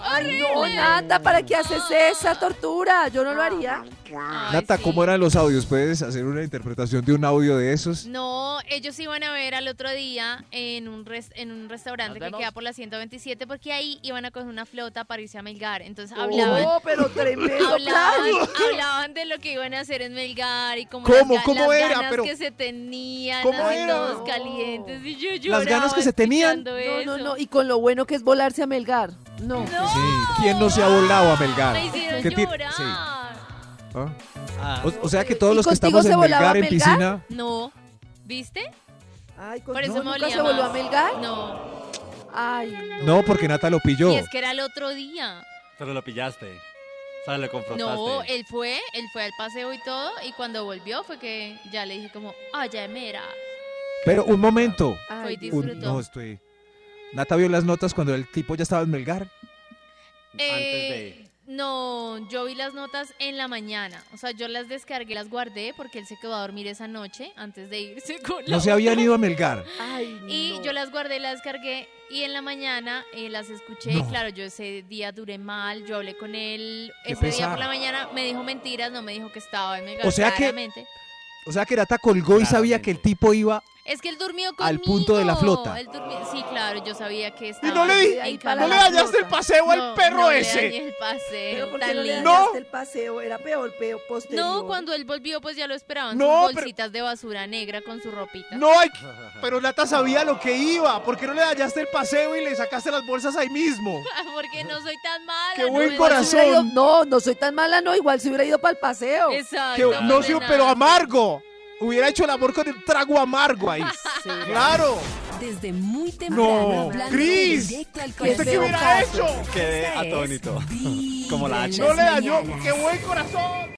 Speaker 2: Ay, no, Nata, ¿para qué haces esa tortura? Yo no
Speaker 3: Ah,
Speaker 2: lo haría.
Speaker 3: Ay,
Speaker 5: Nata,
Speaker 3: sí.
Speaker 5: ¿cómo eran los audios? ¿Puedes hacer una interpretación de un audio de esos?
Speaker 3: No, ellos iban a ver al otro día en un, res- en un restaurante
Speaker 9: Nos
Speaker 3: que
Speaker 9: vemos.
Speaker 3: queda por la 127 porque ahí iban a coger una flota para irse a Melgar. Entonces
Speaker 9: Oh,
Speaker 3: hablaban,
Speaker 2: No, pero tremendo
Speaker 3: hablaban,
Speaker 2: plan.
Speaker 3: hablaban de lo que iban a hacer en Melgar y como
Speaker 5: ¿Cómo?
Speaker 3: las, ga-
Speaker 5: ¿Cómo
Speaker 3: las
Speaker 5: era?
Speaker 3: ganas
Speaker 5: Pero-
Speaker 3: que se tenían,
Speaker 5: ¿Cómo
Speaker 3: así
Speaker 5: era?
Speaker 3: todos calientes y yo
Speaker 5: Las
Speaker 3: lloraba
Speaker 5: ganas que se tenían.
Speaker 3: escuchando
Speaker 2: No, no,
Speaker 3: eso.
Speaker 2: no. Y con lo bueno que es volarse a Melgar. No.
Speaker 3: No,
Speaker 5: Sí. ¿Quién no se ha volado a Melgar?
Speaker 3: me hicieron
Speaker 5: ¿Qué ti-
Speaker 3: llorar.
Speaker 5: Sí. ¿Ah?
Speaker 4: Ah.
Speaker 5: O, o sea que todos
Speaker 2: ¿Y
Speaker 5: los que
Speaker 2: contigo
Speaker 5: estamos
Speaker 2: se
Speaker 5: en
Speaker 2: volaba
Speaker 5: Melgar, en
Speaker 2: Melgar?
Speaker 5: piscina,
Speaker 3: No, ¿viste?
Speaker 2: Ay, con
Speaker 3: Por eso
Speaker 2: no,
Speaker 3: me
Speaker 2: nunca
Speaker 3: olía
Speaker 2: se volvió a
Speaker 3: más.
Speaker 2: Melgar.
Speaker 3: No,
Speaker 2: Ay,
Speaker 5: no, porque Nata lo pilló.
Speaker 3: y es que era el otro día.
Speaker 4: Pero lo pillaste. O sea, lo confrontaste.
Speaker 3: No, él fue, él fue al paseo y todo, y cuando volvió fue que ya le dije como, oye, mira,
Speaker 5: Pero un momento.
Speaker 2: ay,
Speaker 3: Fue
Speaker 5: un-
Speaker 2: Dios.
Speaker 3: Disfrutó.
Speaker 5: no, estoy... Nata vio las notas cuando el tipo ya estaba en Melgar.
Speaker 3: eh, no, yo vi las notas en la mañana, o sea, yo las descargué, las guardé porque él se quedó a dormir esa noche antes de irse con la
Speaker 5: No se habían ido a Melgar.
Speaker 2: Ay,
Speaker 3: Y
Speaker 2: no.
Speaker 3: yo las guardé, las descargué y en la mañana eh, las escuché.
Speaker 5: No.
Speaker 3: Claro, yo ese día duré mal, yo hablé con él.
Speaker 5: Qué
Speaker 3: Ese día
Speaker 5: pesar.
Speaker 3: por la mañana me dijo mentiras, no me dijo que estaba en Melgar.
Speaker 5: O sea que-
Speaker 3: claramente.
Speaker 5: O sea que Nata colgó y sabía que el tipo iba
Speaker 3: Es que él durmió conmigo.
Speaker 5: Al punto de la flota.
Speaker 3: Él durmió- Sí, claro, yo sabía que
Speaker 9: Y
Speaker 3: estaba.
Speaker 9: no le di-
Speaker 3: ahí
Speaker 2: no
Speaker 3: para
Speaker 9: no le
Speaker 3: la
Speaker 9: dañaste el
Speaker 3: flota.
Speaker 9: paseo al
Speaker 3: No,
Speaker 9: perro
Speaker 3: no le
Speaker 9: ese.
Speaker 3: dañé el paseo,
Speaker 2: Pero ¿por qué
Speaker 3: tan
Speaker 2: no le
Speaker 3: lindo.
Speaker 9: No.
Speaker 2: dañaste el paseo? Era peor, peor posterior.
Speaker 3: No, cuando él volvió, pues ya lo esperaban
Speaker 9: No,
Speaker 3: sus
Speaker 9: pero-
Speaker 3: bolsitas de basura negra con su ropita.
Speaker 9: No hay. Pero Nata sabía lo que iba. ¿Por qué no le dañaste el paseo y le sacaste las bolsas ahí mismo?
Speaker 3: Porque no soy tan mala.
Speaker 9: Qué
Speaker 3: no
Speaker 9: buen
Speaker 3: me-
Speaker 2: Igual si hubiera
Speaker 9: corazón.
Speaker 2: ido- no, no soy tan mala, no. Igual si hubiera ido para el paseo.
Speaker 9: Que
Speaker 3: Exacto. pues
Speaker 9: no sé,
Speaker 3: ordenada.
Speaker 9: pero amargo. Hubiera hecho el amor con el trago amargo ahí. Claro.
Speaker 6: Desde muy temprano. hablando
Speaker 9: Cris,
Speaker 6: directo al
Speaker 9: ¿Usted qué
Speaker 6: corazón.
Speaker 9: hubiera hecho?
Speaker 4: Quedé
Speaker 6: Esta es
Speaker 4: atónito.
Speaker 6: Vibra
Speaker 4: Como la
Speaker 6: en
Speaker 4: H.
Speaker 9: No
Speaker 6: las
Speaker 9: le dañó.
Speaker 6: mañanas.
Speaker 9: ¡Qué buen corazón!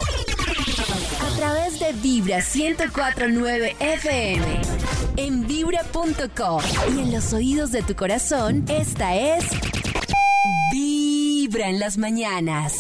Speaker 6: A través de Vibra 104.9 FM. En vibra.com. Y en los oídos de tu corazón, esta es... Vibra en las mañanas.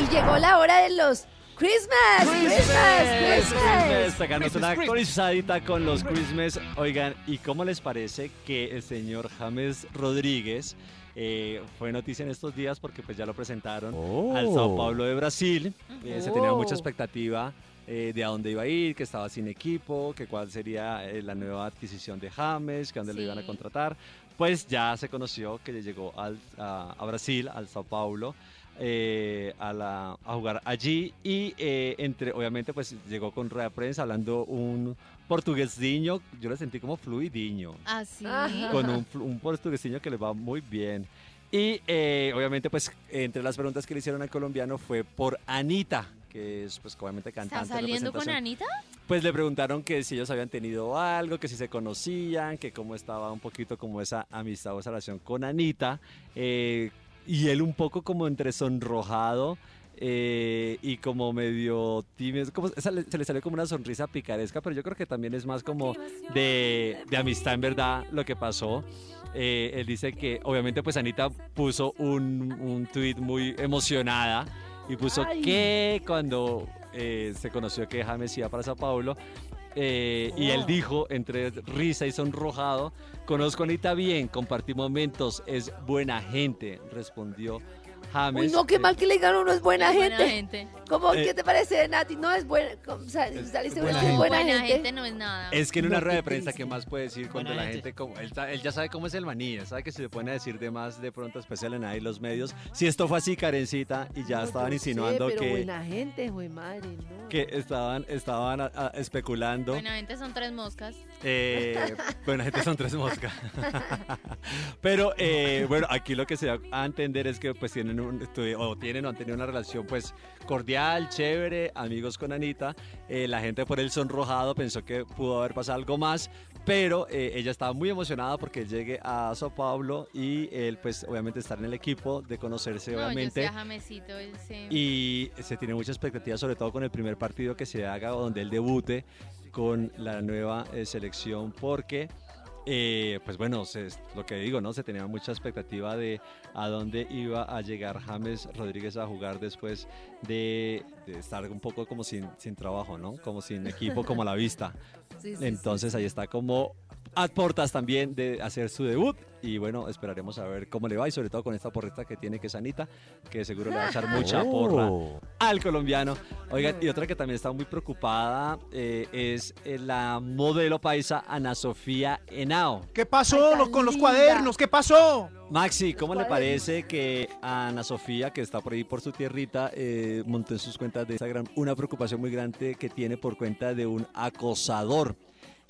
Speaker 2: Y llegó la hora de los Christmas, Christmas, Christmas.
Speaker 11: Christmas, pegarnos una actualizadita con los Christmas. Oigan, ¿y cómo les parece que el señor James Rodríguez eh, fue noticia en estos días porque pues ya lo presentaron al Sao Paulo de Brasil? Eh, se tenía mucha expectativa eh, de a dónde iba a ir, que estaba sin equipo, que cuál sería eh, la nueva adquisición de James, que dónde lo
Speaker 3: Sí.
Speaker 11: iban a contratar. Pues ya se conoció que llegó al- a, a Brasil, al Sao Paulo, eh, a, la- a jugar allí y eh, entre, obviamente pues llegó con rueda de prensa hablando un portuguesiño, yo lo sentí como fluidiño,
Speaker 3: Así.
Speaker 2: Ajá.
Speaker 11: con un, flu- un portuguesiño que le va muy bien. Y eh, obviamente pues entre las preguntas que le hicieron al colombiano fue por Anita, que es pues obviamente
Speaker 3: ¿Está
Speaker 11: cantante.
Speaker 3: saliendo con
Speaker 11: representación-
Speaker 3: Anita?
Speaker 11: pues le preguntaron que si ellos habían tenido algo, que si se conocían, que cómo estaba un poquito como esa amistad o esa relación con Anita. eh, y él un poco como entre sonrojado eh, y como medio tímido. Como, esa le- se le salió como una sonrisa picaresca, pero yo creo que también es más como de, de amistad en verdad lo que pasó. Eh, él dice que obviamente pues Anita puso un, un tweet muy emocionada y puso
Speaker 2: Ay.
Speaker 11: que cuando eh, se conoció que James iba para Sao Paulo eh, y
Speaker 2: Ah.
Speaker 11: él dijo entre risa y sonrojado conozco a Anita bien compartí momentos es buena gente respondió James
Speaker 2: Uy, no, qué
Speaker 11: Eh,
Speaker 2: mal que le digan uno es buena gente. ¿Cómo,
Speaker 11: Eh,
Speaker 2: ¿Qué te parece, Nati? No es buena. ¿cómo sal- saliste buena, es
Speaker 11: buena gente. Eh,
Speaker 2: buena,
Speaker 3: Buena
Speaker 2: gente.
Speaker 3: gente no es nada.
Speaker 11: Es que en una
Speaker 2: No,
Speaker 11: rueda
Speaker 2: qué
Speaker 11: de prensa,
Speaker 2: triste.
Speaker 11: ¿qué más puede decir cuando la gente, como, él, ta- él ya sabe cómo es el maní, él sabe que si se pone a decir de más, de pronto especial en ahí los medios, si esto fue así, Karencita, y ya
Speaker 2: No,
Speaker 11: estaban
Speaker 2: yo sé,
Speaker 11: insinuando
Speaker 2: pero
Speaker 11: que,
Speaker 2: buena gente, güey, madre. No.
Speaker 11: que estaban, estaban a- a- especulando.
Speaker 3: Buena gente son tres moscas.
Speaker 11: Eh, bueno, gente son tres moscas. Pero eh, bueno, aquí lo que se da a entender es que pues tienen un estudio- o tienen o han tenido una relación pues cordial, chévere, amigos con Anita. Eh, la gente por el sonrojado pensó que pudo haber pasado algo más, pero eh, ella estaba muy emocionada porque él llegue a Sao Paulo y él pues obviamente estar en el equipo, de conocerse
Speaker 3: No, yo
Speaker 11: obviamente.
Speaker 3: sea jamesito. él se-
Speaker 11: Y se tiene mucha expectativa, sobre todo con el primer partido que se haga, o donde él debute con la nueva eh, selección, porque, eh, pues bueno, se- lo que digo, ¿no? Se tenía mucha expectativa de a dónde iba a llegar James Rodríguez a jugar después de, de estar un poco como sin, sin trabajo, ¿no? Como sin equipo, como a la vista.
Speaker 2: Sí, sí, sí.
Speaker 11: Entonces ahí está como a portas también de hacer su debut y bueno, esperaremos a ver cómo le va y sobre todo con esta porrita que tiene que es Anita, que seguro le va a echar mucha porra
Speaker 5: Oh.
Speaker 11: al colombiano. Oigan, y otra que también está muy preocupada eh, es eh, la modelo paisa Ana Sofía Henao.
Speaker 9: ¿Qué
Speaker 2: Ay,
Speaker 9: pasó
Speaker 2: tan
Speaker 9: lo- con los
Speaker 2: linda.
Speaker 9: cuadernos? ¿Qué pasó?
Speaker 11: Maxi, ¿cómo le
Speaker 2: cuadernos.
Speaker 11: parece que a Ana Sofía, que está por ahí por su tierrita, eh, montó en sus cuentas de Instagram una preocupación muy grande que tiene por cuenta de un acosador?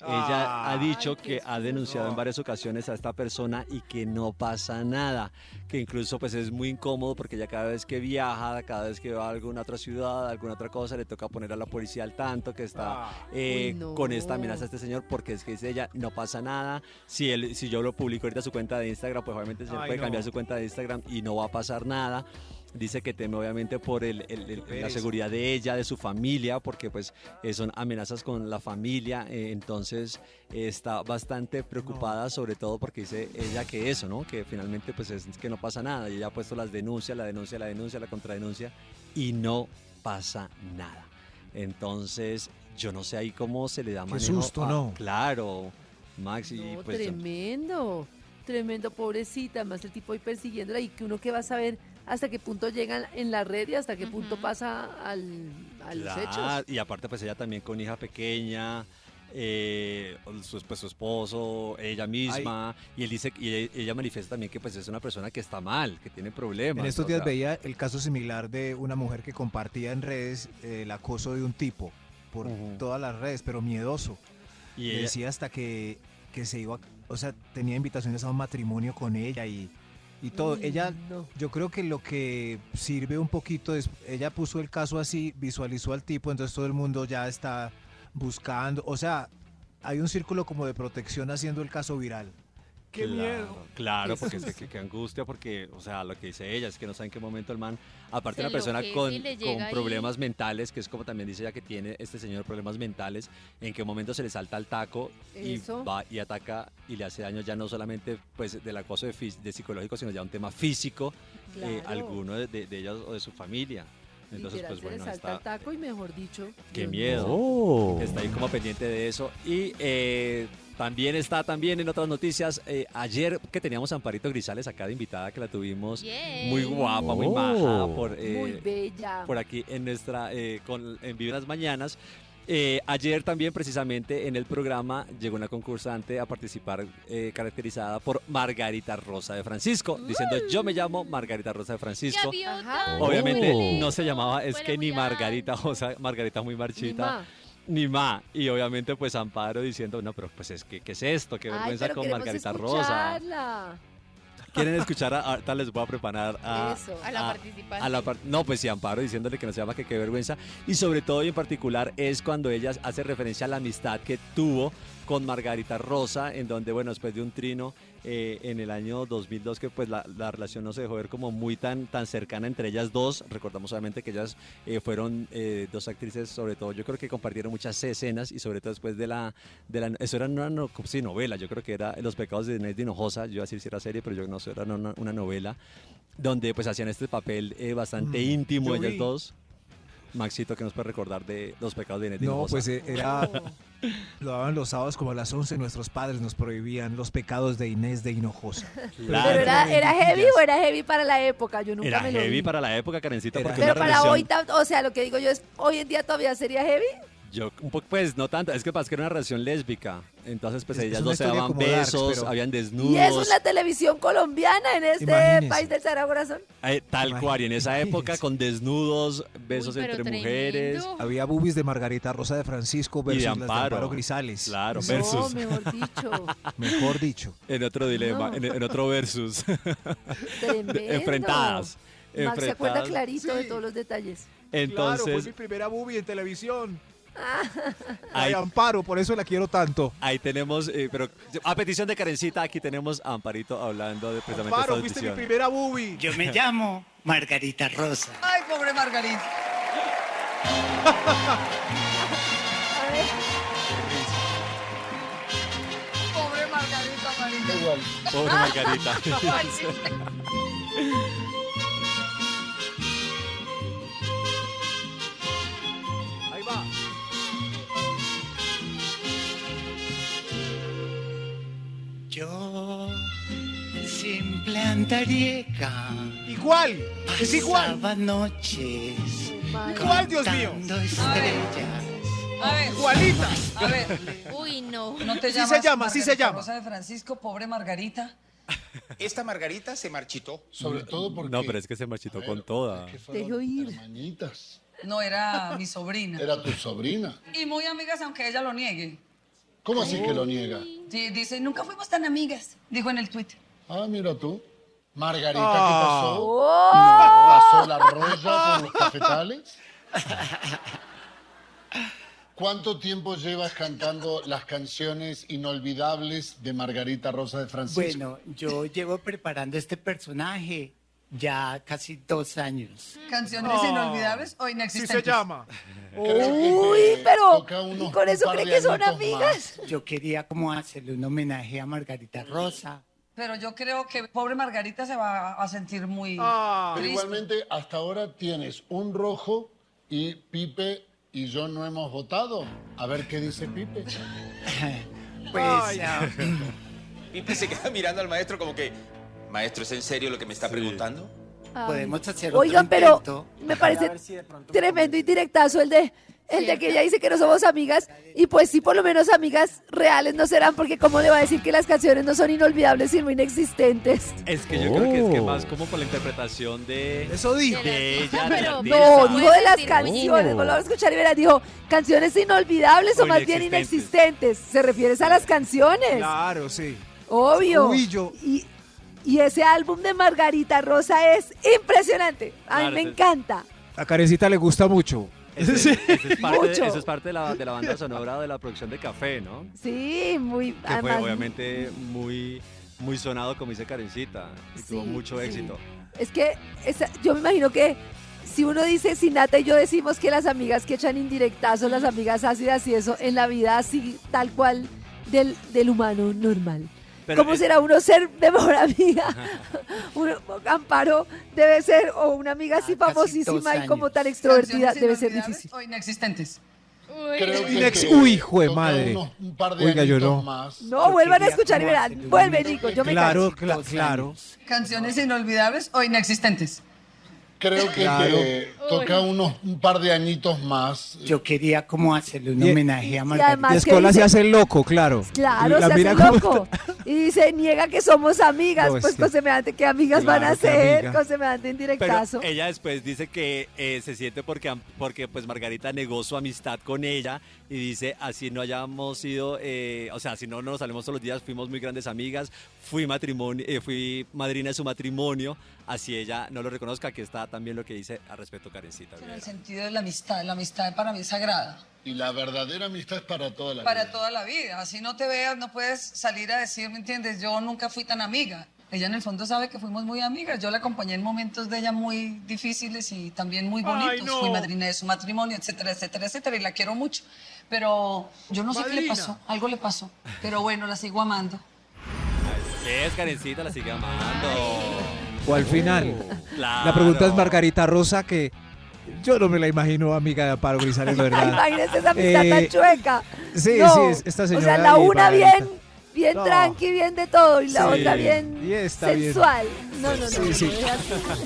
Speaker 11: Ella ha dicho que ha denunciado en varias ocasiones a esta persona y que no pasa nada, que incluso pues es muy incómodo porque ya cada vez que viaja, cada vez que va a alguna otra ciudad, alguna otra cosa, le toca poner a la policía al tanto que está
Speaker 2: Ah. Uy,
Speaker 11: eh,
Speaker 2: no.
Speaker 11: con esta amenaza a este señor porque es que dice ella, no pasa nada, si, él, si yo lo publico ahorita a su cuenta de Instagram, pues obviamente se
Speaker 9: Ay,
Speaker 11: puede
Speaker 9: no.
Speaker 11: cambiar su cuenta de Instagram y no va a pasar nada. Dice que teme obviamente por el- el- el- la
Speaker 9: pereza.
Speaker 11: seguridad de ella, de su familia, porque pues eh, son amenazas con la familia, eh, entonces eh, está bastante preocupada sobre todo porque dice ella que eso, ¿no? Que finalmente pues es que no pasa nada y ella ha puesto las denuncias, la denuncia, la denuncia, la contradenuncia y no pasa nada. Entonces yo no sé ahí cómo se le da
Speaker 5: Qué
Speaker 11: manejo
Speaker 5: susto,
Speaker 11: a-
Speaker 5: ¿no?
Speaker 11: Claro, Max y
Speaker 2: No,
Speaker 11: pues...
Speaker 2: tremendo, tremendo, pobrecita. Más el tipo ahí persiguiéndola y que uno que va a saber hasta qué punto llegan en la red y hasta qué punto
Speaker 3: Ujú.
Speaker 2: pasa al, a los
Speaker 11: Claro,
Speaker 2: hechos.
Speaker 11: Y aparte, pues ella también con hija pequeña. eh, su, pues, su esposo, ella misma, y él dice, y e- ella manifiesta también que pues es una persona que está mal, que tiene problemas.
Speaker 5: En estos
Speaker 11: o
Speaker 5: días
Speaker 11: sea,
Speaker 5: veía el caso similar de una mujer que compartía en redes eh, el acoso de un tipo por todas las redes, pero miedoso.
Speaker 11: Y
Speaker 5: Le
Speaker 11: ella-
Speaker 5: decía hasta que, que se iba, o sea, tenía invitaciones a un matrimonio con ella y, y todo.
Speaker 2: Mm,
Speaker 5: ella,
Speaker 2: no.
Speaker 5: yo creo que lo que sirve un poquito es, ella puso el caso así, visualizó al tipo, entonces todo el mundo ya está buscando, o sea, hay un círculo como de protección haciendo el caso viral.
Speaker 9: ¡Qué
Speaker 11: claro,
Speaker 9: miedo!
Speaker 11: Claro,
Speaker 5: Sí,
Speaker 11: porque
Speaker 5: sí,
Speaker 11: es
Speaker 5: sí.
Speaker 11: que, qué angustia, porque, o sea, lo que dice ella es que no sabe en qué momento el man,
Speaker 5: Se
Speaker 11: aparte de una persona
Speaker 5: enloquece
Speaker 11: con,
Speaker 5: y le
Speaker 11: con
Speaker 5: llega ahí.
Speaker 11: problemas mentales, que es como también dice ella que tiene este señor problemas mentales, en qué momento se le salta al taco y
Speaker 2: Eso.
Speaker 11: va y ataca y le hace daño ya no solamente pues del acoso de, fis- de psicológico, sino ya un tema físico, eh,
Speaker 2: Claro.
Speaker 11: alguno de, de- de ellas o de su familia. Entonces,
Speaker 2: Literal,
Speaker 11: pues
Speaker 2: se le
Speaker 11: bueno,
Speaker 2: salta
Speaker 11: está,
Speaker 2: el taco y mejor dicho.
Speaker 11: Qué
Speaker 2: Dios
Speaker 11: miedo.
Speaker 2: mío.
Speaker 11: Está ahí como pendiente de eso. Y eh, también está también en otras noticias. eh, ayer que teníamos a Amparito Grisales acá de invitada, que la tuvimos
Speaker 2: Yay.
Speaker 11: muy guapa, muy maja
Speaker 2: Oh.
Speaker 11: por, eh,
Speaker 2: Muy bella.
Speaker 11: por aquí en nuestra eh, con, en Vive las Mañanas. Eh, ayer también precisamente en el programa llegó una concursante a participar eh, caracterizada por Margarita Rosa de Francisco, diciendo yo me llamo Margarita Rosa de Francisco.
Speaker 2: Ajá.
Speaker 11: Obviamente
Speaker 3: Oh.
Speaker 9: Oh.
Speaker 2: Uy.
Speaker 11: no se llamaba, es que ni Margarita, o sea, Margarita muy marchita.
Speaker 2: ma.
Speaker 11: Ni ma. Y obviamente pues Amparo diciendo, no, pero pues es que, ¿qué es esto? Qué
Speaker 2: Ay,
Speaker 11: vergüenza
Speaker 2: pero
Speaker 11: con
Speaker 2: queremos
Speaker 11: Margarita Rosa.
Speaker 2: escucharla.
Speaker 11: ¿Quieren escuchar? A, ahorita les voy a preparar a,
Speaker 2: Eso.
Speaker 3: A la participante.
Speaker 11: Ah, a la par- no, pues sí, Amparo diciéndole que no se llama, que qué vergüenza. Y sobre todo y en particular es cuando ella hace referencia a la amistad que tuvo con Margarita Rosa, en donde, bueno, después de un trino eh, en el año 2002, que pues la, la relación no se dejó ver como muy tan, tan cercana entre ellas dos. Recordamos obviamente que ellas eh, fueron eh, dos actrices, sobre todo, yo creo que compartieron muchas escenas y sobre todo después de la... De la eso era una no- sí, novela, yo creo que era Los pecados de Inés de Hinojosa, yo iba a decir si era serie, pero yo no, eso era una, una novela donde pues hacían este papel eh, bastante
Speaker 5: Mm,
Speaker 11: íntimo
Speaker 5: yo
Speaker 11: ellas
Speaker 5: vi.
Speaker 11: dos. Maxito, ¿qué nos puede recordar de los pecados de Inés de
Speaker 5: No,
Speaker 11: Hinojosa?
Speaker 5: pues eh, era. Lo daban los sábados como a las 11. Nuestros padres nos prohibían los pecados de Inés de Hinojosa.
Speaker 11: Claro.
Speaker 2: Pero era, era heavy
Speaker 5: Maravillas.
Speaker 2: o era heavy para la época. Yo nunca
Speaker 11: Era
Speaker 2: me lo
Speaker 11: heavy
Speaker 2: vi.
Speaker 11: para la época, Karencita, porque
Speaker 2: Pero
Speaker 11: una
Speaker 2: para hoy,
Speaker 11: relación-
Speaker 2: tam- o sea, lo que digo yo es, hoy en día todavía sería heavy.
Speaker 11: Yo, un poco, pues no tanto, es que pasa que era una relación lésbica. Entonces, pues
Speaker 5: Es-
Speaker 11: ellas
Speaker 5: es una
Speaker 11: dos se
Speaker 5: historia
Speaker 11: daban
Speaker 5: como darks,
Speaker 11: besos,
Speaker 5: pero-
Speaker 11: habían
Speaker 2: Y eso
Speaker 11: desnudos.
Speaker 2: es la televisión colombiana en este
Speaker 11: Imagínese.
Speaker 2: país del Sagrado Corazón.
Speaker 11: eh, tal cual, y en esa época con desnudos, besos
Speaker 2: pero
Speaker 11: entre
Speaker 2: tremendo.
Speaker 11: mujeres.
Speaker 5: Había boobies de Margarita Rosa de Francisco versus
Speaker 11: Y de
Speaker 5: las de
Speaker 11: Amparo.
Speaker 5: Amparo Grisales.
Speaker 11: Claro,
Speaker 5: Eso,
Speaker 11: versus.
Speaker 2: mejor dicho.
Speaker 5: Mejor dicho.
Speaker 11: En otro dilema,
Speaker 2: No.
Speaker 11: en, en otro versus.
Speaker 2: Tremendo. Max
Speaker 11: enfrentadas.
Speaker 2: se acuerda
Speaker 11: enfrentadas.
Speaker 2: clarito de todos los detalles.
Speaker 11: Entonces,
Speaker 5: Claro, fue mi primera boobie en televisión.
Speaker 2: Ah.
Speaker 5: Ay,
Speaker 11: Ahí-
Speaker 5: Amparo, por eso la quiero tanto.
Speaker 11: Ahí tenemos, eh, pero a petición de Karencita, aquí tenemos a Amparito hablando de precisamente
Speaker 9: Amparo,
Speaker 11: esta
Speaker 9: fuiste mi
Speaker 11: decisión.
Speaker 9: primera boobie. Yo
Speaker 11: me
Speaker 9: llamo Margarita Rosa.
Speaker 12: Ay, pobre Margarita. Pobre Margarita, Margarita.
Speaker 11: Pobre Margarita.
Speaker 9: Ahí va.
Speaker 12: Yo, simple andariega.
Speaker 9: Igual,
Speaker 12: es igual. Pasaba noches.
Speaker 9: Igual, Dios mío.
Speaker 12: contando estrellas.
Speaker 9: A ver, igualita.
Speaker 12: A ver,
Speaker 3: Uy, no.
Speaker 12: ¿no te
Speaker 9: Sí se
Speaker 12: llamas
Speaker 9: llama, sí se
Speaker 12: Margarita
Speaker 9: llama.
Speaker 12: Rosa de Francisco, pobre Margarita.
Speaker 13: Esta Margarita se marchitó.
Speaker 12: Sobre todo porque-
Speaker 11: No, pero es que se marchitó con toda.
Speaker 2: oír.
Speaker 12: Hermanitas. No, era mi sobrina.
Speaker 14: Era tu sobrina.
Speaker 12: Y muy amigas, aunque ella lo niegue.
Speaker 14: ¿Cómo así que lo niega?
Speaker 12: Sí, dice, nunca fuimos tan amigas, dijo en el Twitter.
Speaker 14: Ah, mira tú. Margarita,
Speaker 12: Ah.
Speaker 14: ¿qué pasó? ¿Pasó la roya con los cafetales? ¿Cuánto tiempo llevas cantando las canciones inolvidables de Margarita Rosa de Francisco?
Speaker 12: Bueno, yo llevo preparando este personaje ya casi dos años. Canciones
Speaker 14: Oh.
Speaker 12: inolvidables o inexistentes.
Speaker 14: Sí se llama. Eh,
Speaker 2: Uy, pero ¿y con eso cree que son amigas.
Speaker 12: Yo quería como hacerle un homenaje a Margarita Rosa. Pero yo creo que pobre Margarita se va a sentir muy
Speaker 5: Ah.
Speaker 11: Ah.
Speaker 14: Pero igualmente, hasta ahora tienes un rojo y Pipe y yo no hemos votado. A ver qué dice Pipe. ah,
Speaker 12: Pues,
Speaker 13: Pipe se queda mirando al maestro como que, maestro, ¿es en serio lo que me está preguntando?
Speaker 2: Ay.
Speaker 12: Podemos hacer
Speaker 2: Oigan,
Speaker 12: otro
Speaker 2: pero
Speaker 12: intento.
Speaker 2: me
Speaker 12: A
Speaker 2: parece
Speaker 12: ver si de pronto-
Speaker 2: tremendo y directazo el de el de que ella dice que no somos amigas y pues sí, por lo menos amigas reales no serán porque cómo le va a decir que las canciones no son inolvidables sino inexistentes.
Speaker 11: Es que yo creo que es que más como por la interpretación de.
Speaker 5: Oh. Eso
Speaker 11: dijo. De ella, del
Speaker 2: No,
Speaker 11: artista. Oh.
Speaker 2: dijo de las
Speaker 11: muy
Speaker 2: canciones,
Speaker 11: bien.
Speaker 2: volvamos a escuchar y verás, dijo canciones inolvidables o,
Speaker 5: O
Speaker 2: más bien inexistentes. ¿Se refieres a las canciones?
Speaker 5: Claro, sí.
Speaker 2: Obvio.
Speaker 5: Uy, yo-
Speaker 2: Y, y ese álbum de Margarita Rosa es impresionante. A mí
Speaker 11: Claro,
Speaker 2: me
Speaker 11: ese-
Speaker 2: encanta.
Speaker 5: A Karencita le gusta mucho.
Speaker 11: Ese- ese es parte, de,
Speaker 2: Mucho.
Speaker 11: eso es parte de la, de la banda sonora de la producción de Café, ¿no?
Speaker 2: Sí, muy.
Speaker 11: Que fue
Speaker 2: además,
Speaker 11: obviamente muy, muy sonado, como dice Karencita. Y tuvo
Speaker 2: Sí,
Speaker 11: mucho
Speaker 2: sí.
Speaker 11: éxito.
Speaker 2: Es que esa- yo me imagino que si uno dice, si Nata y yo decimos que las amigas que echan indirectazos, las amigas ácidas y eso, en la vida así, tal cual, del, del humano normal.
Speaker 15: Pero
Speaker 2: ¿Cómo
Speaker 15: es-
Speaker 2: será uno ser de mejor amiga? Uno- Amparo debe ser, o una amiga así famosísima y
Speaker 12: años.
Speaker 2: como tan extrovertida,
Speaker 12: Canciones
Speaker 2: debe ser
Speaker 12: inolvidables
Speaker 2: difícil.
Speaker 12: O inexistentes.
Speaker 14: Creo que-
Speaker 5: Inex-
Speaker 14: que
Speaker 5: Uy, hijo de
Speaker 14: toca
Speaker 5: madre.
Speaker 14: unos- un par de
Speaker 5: Oiga, yo
Speaker 14: añitos
Speaker 5: no.
Speaker 14: más.
Speaker 2: No, vuelvan a escuchar y verán. Vuelve, Nico, yo me canso.
Speaker 5: Claro, cla- claro.
Speaker 12: Canciones inolvidables o inexistentes.
Speaker 14: Creo que
Speaker 12: Claro.
Speaker 14: te toca unos un par de añitos más. eh,
Speaker 8: Yo quería como hacerle un homenaje a
Speaker 2: y además
Speaker 8: Margarita.
Speaker 5: Y
Speaker 2: que
Speaker 5: Escola se
Speaker 2: dice-
Speaker 5: hace loco, claro.
Speaker 2: Claro,
Speaker 5: La
Speaker 2: se
Speaker 5: mira
Speaker 2: hace
Speaker 5: como-
Speaker 2: loco. Y se niega que somos amigas.
Speaker 11: No, es
Speaker 2: pues
Speaker 11: que-
Speaker 2: con semejante, ¿qué amigas van a
Speaker 11: Claro, qué
Speaker 2: ser?
Speaker 11: amiga.
Speaker 2: Con semejante indirectazo.
Speaker 11: Pero ella después dice que eh, se siente porque, am- porque pues Margarita negó su amistad con ella y dice, así no hayamos sido, eh, o sea, así no nos salimos todos los días, fuimos muy grandes amigas, fui, matrimonio, eh, fui madrina de su matrimonio, así ella no lo reconozca, que está también lo que dice al respecto Karencita.
Speaker 12: Pero el sentido de la amistad, la amistad para mí es sagrada.
Speaker 14: Y la verdadera amistad es para toda la
Speaker 12: Para
Speaker 14: vida.
Speaker 12: toda la vida. Así no te veas, no puedes salir a decir, ¿me entiendes? Yo nunca fui tan amiga. Ella en el fondo sabe que fuimos muy amigas. Yo la acompañé en momentos de ella muy difíciles y también muy bonitos.
Speaker 16: no.
Speaker 12: Fui madrina de su matrimonio, etcétera, etcétera, etcétera. Y la quiero mucho. Pero yo no sé qué le
Speaker 16: Madrina.
Speaker 12: pasó. Algo le pasó. Pero bueno, la sigo amando.
Speaker 11: ¿Qué es Karencita? La sigue amando.
Speaker 5: O al final.
Speaker 11: Claro.
Speaker 5: La pregunta es Margarita Rosa, que yo no me la imagino amiga de Amparo Grisales, la verdad.
Speaker 2: Imagínense esa amistad tan
Speaker 5: Eh,
Speaker 2: chueca.
Speaker 5: sí,
Speaker 2: No.
Speaker 5: sí, es- esta
Speaker 2: O sea,
Speaker 5: señora
Speaker 2: la
Speaker 5: y
Speaker 2: una
Speaker 5: Margarita.
Speaker 2: bien, bien
Speaker 5: No.
Speaker 2: tranqui, bien de todo, y la
Speaker 5: Sí.
Speaker 2: otra bien
Speaker 5: Y esta bien.
Speaker 2: sensual. No, no, no.
Speaker 5: Sí, sí.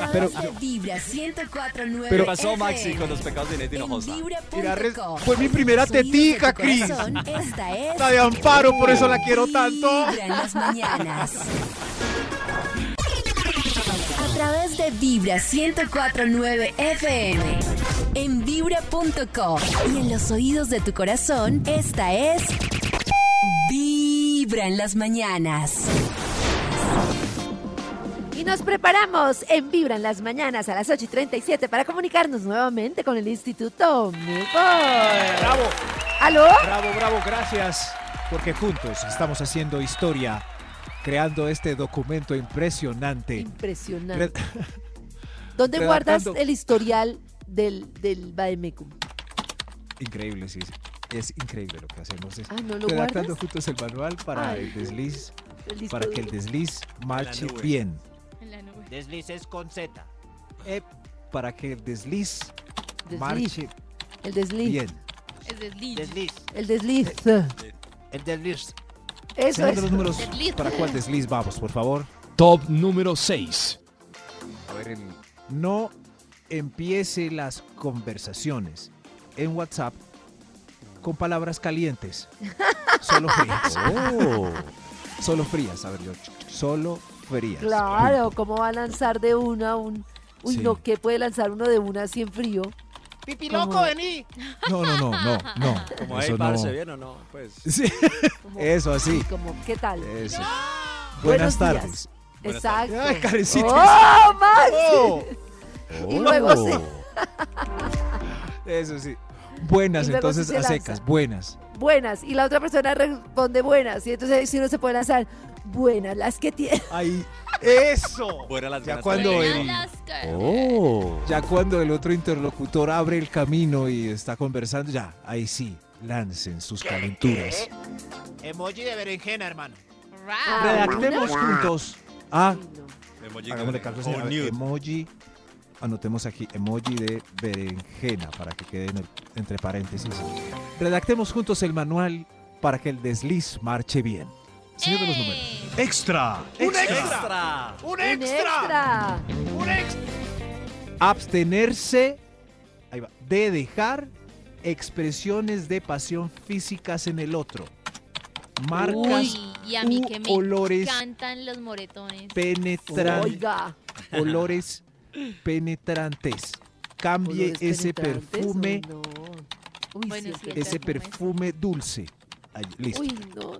Speaker 6: A
Speaker 5: Pero-
Speaker 6: través de Vibra 104.9
Speaker 11: ¿Qué pasó
Speaker 6: FM.
Speaker 11: Maxi con los pecados de Neti Hinojosa?
Speaker 5: Mira, res- fue mi primera tetica, Cris.
Speaker 6: Esta es
Speaker 5: La de Amparo, por eso la quiero tanto.
Speaker 6: Vibra en las mañanas. A través de Vibra 104.9 FM. En vibra.com y en los oídos de tu corazón, esta es Vibra en las mañanas.
Speaker 2: Y nos preparamos en Vibra en las mañanas a las 8 y 37 para comunicarnos nuevamente con el Instituto Milford. ¡Bravo! ¿Aló?
Speaker 5: Bravo, bravo, gracias. Porque juntos estamos haciendo historia, creando este documento impresionante.
Speaker 2: Impresionante.
Speaker 5: Re-
Speaker 2: ¿Dónde guardas
Speaker 5: redactando-
Speaker 2: el historial del, del Bademecum?
Speaker 5: Increíble, sí. sí. Es increíble lo que hacemos. Es
Speaker 2: Ah, ¿no lo
Speaker 5: redactando
Speaker 2: guardas?
Speaker 5: juntos el manual para
Speaker 2: Ay.
Speaker 5: el desliz,
Speaker 2: El disco
Speaker 5: para que el
Speaker 2: duro.
Speaker 5: desliz marche
Speaker 17: En la nube.
Speaker 5: bien,
Speaker 17: Deslices con Z.
Speaker 8: Eh,
Speaker 5: para que el desliz,
Speaker 2: Desliz.
Speaker 5: marche
Speaker 2: El desliz.
Speaker 5: bien.
Speaker 3: Es desliz.
Speaker 17: Desliz.
Speaker 2: El desliz.
Speaker 17: El desliz.
Speaker 2: Eso
Speaker 5: Señor
Speaker 2: es.
Speaker 5: de los números, ¿para cuál desliz vamos, por favor?
Speaker 1: Top número 6.
Speaker 5: A ver, el- no empiece las conversaciones en WhatsApp con palabras calientes. Solo frías.
Speaker 2: Oh.
Speaker 5: Solo frías, a ver yo. Solo frías.
Speaker 2: Claro, ¿cómo va a lanzar de una un... Uy,
Speaker 5: Sí.
Speaker 2: no, ¿qué puede lanzar uno de una así en frío?
Speaker 8: ¡Pipi
Speaker 2: Como-
Speaker 8: loco, vení!
Speaker 5: No, no, no, no, no.
Speaker 11: Como,
Speaker 5: Eso
Speaker 11: hey, parce,
Speaker 5: no.
Speaker 11: ¿bien o no? Pues.
Speaker 5: Sí. Eso así.
Speaker 2: Como, ¿qué tal? ¡Ah!
Speaker 5: Eso.
Speaker 2: Buenos
Speaker 5: Buenas
Speaker 2: días.
Speaker 5: tardes.
Speaker 2: Exacto.
Speaker 5: Ay, Karencita.
Speaker 2: ¡Oh, Maxi!
Speaker 5: Oh.
Speaker 2: Y luego sí.
Speaker 5: Eso sí. Buenas,
Speaker 2: Y luego sí
Speaker 5: entonces
Speaker 2: se
Speaker 5: a
Speaker 2: lanza.
Speaker 5: secas, buenas.
Speaker 2: Buenas. Y la otra persona responde buenas. Y entonces si uno se puede lanzar, buenas las que tiene.
Speaker 5: Ahí. Eso.
Speaker 11: Buenas las
Speaker 5: Ya
Speaker 11: ganas
Speaker 5: cuando
Speaker 11: de-
Speaker 5: el, ya cuando el otro interlocutor abre el camino y está conversando, ya, ahí sí, lancen sus calenturas.
Speaker 8: Emoji de berenjena, hermano.
Speaker 5: Redactemos juntos. Ah,
Speaker 11: Emoji
Speaker 5: hagámosle
Speaker 11: grande.
Speaker 5: caso, señora.
Speaker 11: Oh, nude.
Speaker 5: Emoji. Anotemos aquí emoji de berenjena para que quede en el- entre paréntesis. Redactemos juntos el manual para que el desliz marche bien. Señor de los números. Extra.
Speaker 9: ¡Un extra! ¡Un extra! ¡Un extra!
Speaker 8: Abstenerse ahí va, de dejar expresiones de pasión físicas en el otro. Marcas,
Speaker 3: Uy, y a mí que me
Speaker 8: olores.
Speaker 3: encantan los moretones.
Speaker 8: penetran-
Speaker 3: Oiga.
Speaker 8: olores penetrantes. Cambie
Speaker 2: Olores
Speaker 8: ese
Speaker 2: penetrantes,
Speaker 8: perfume,
Speaker 2: uy, no. Uy,
Speaker 3: Bueno,
Speaker 2: sí,
Speaker 3: sí,
Speaker 2: es
Speaker 8: ese perfume dulce. Ahí, listo.
Speaker 2: Uy, no.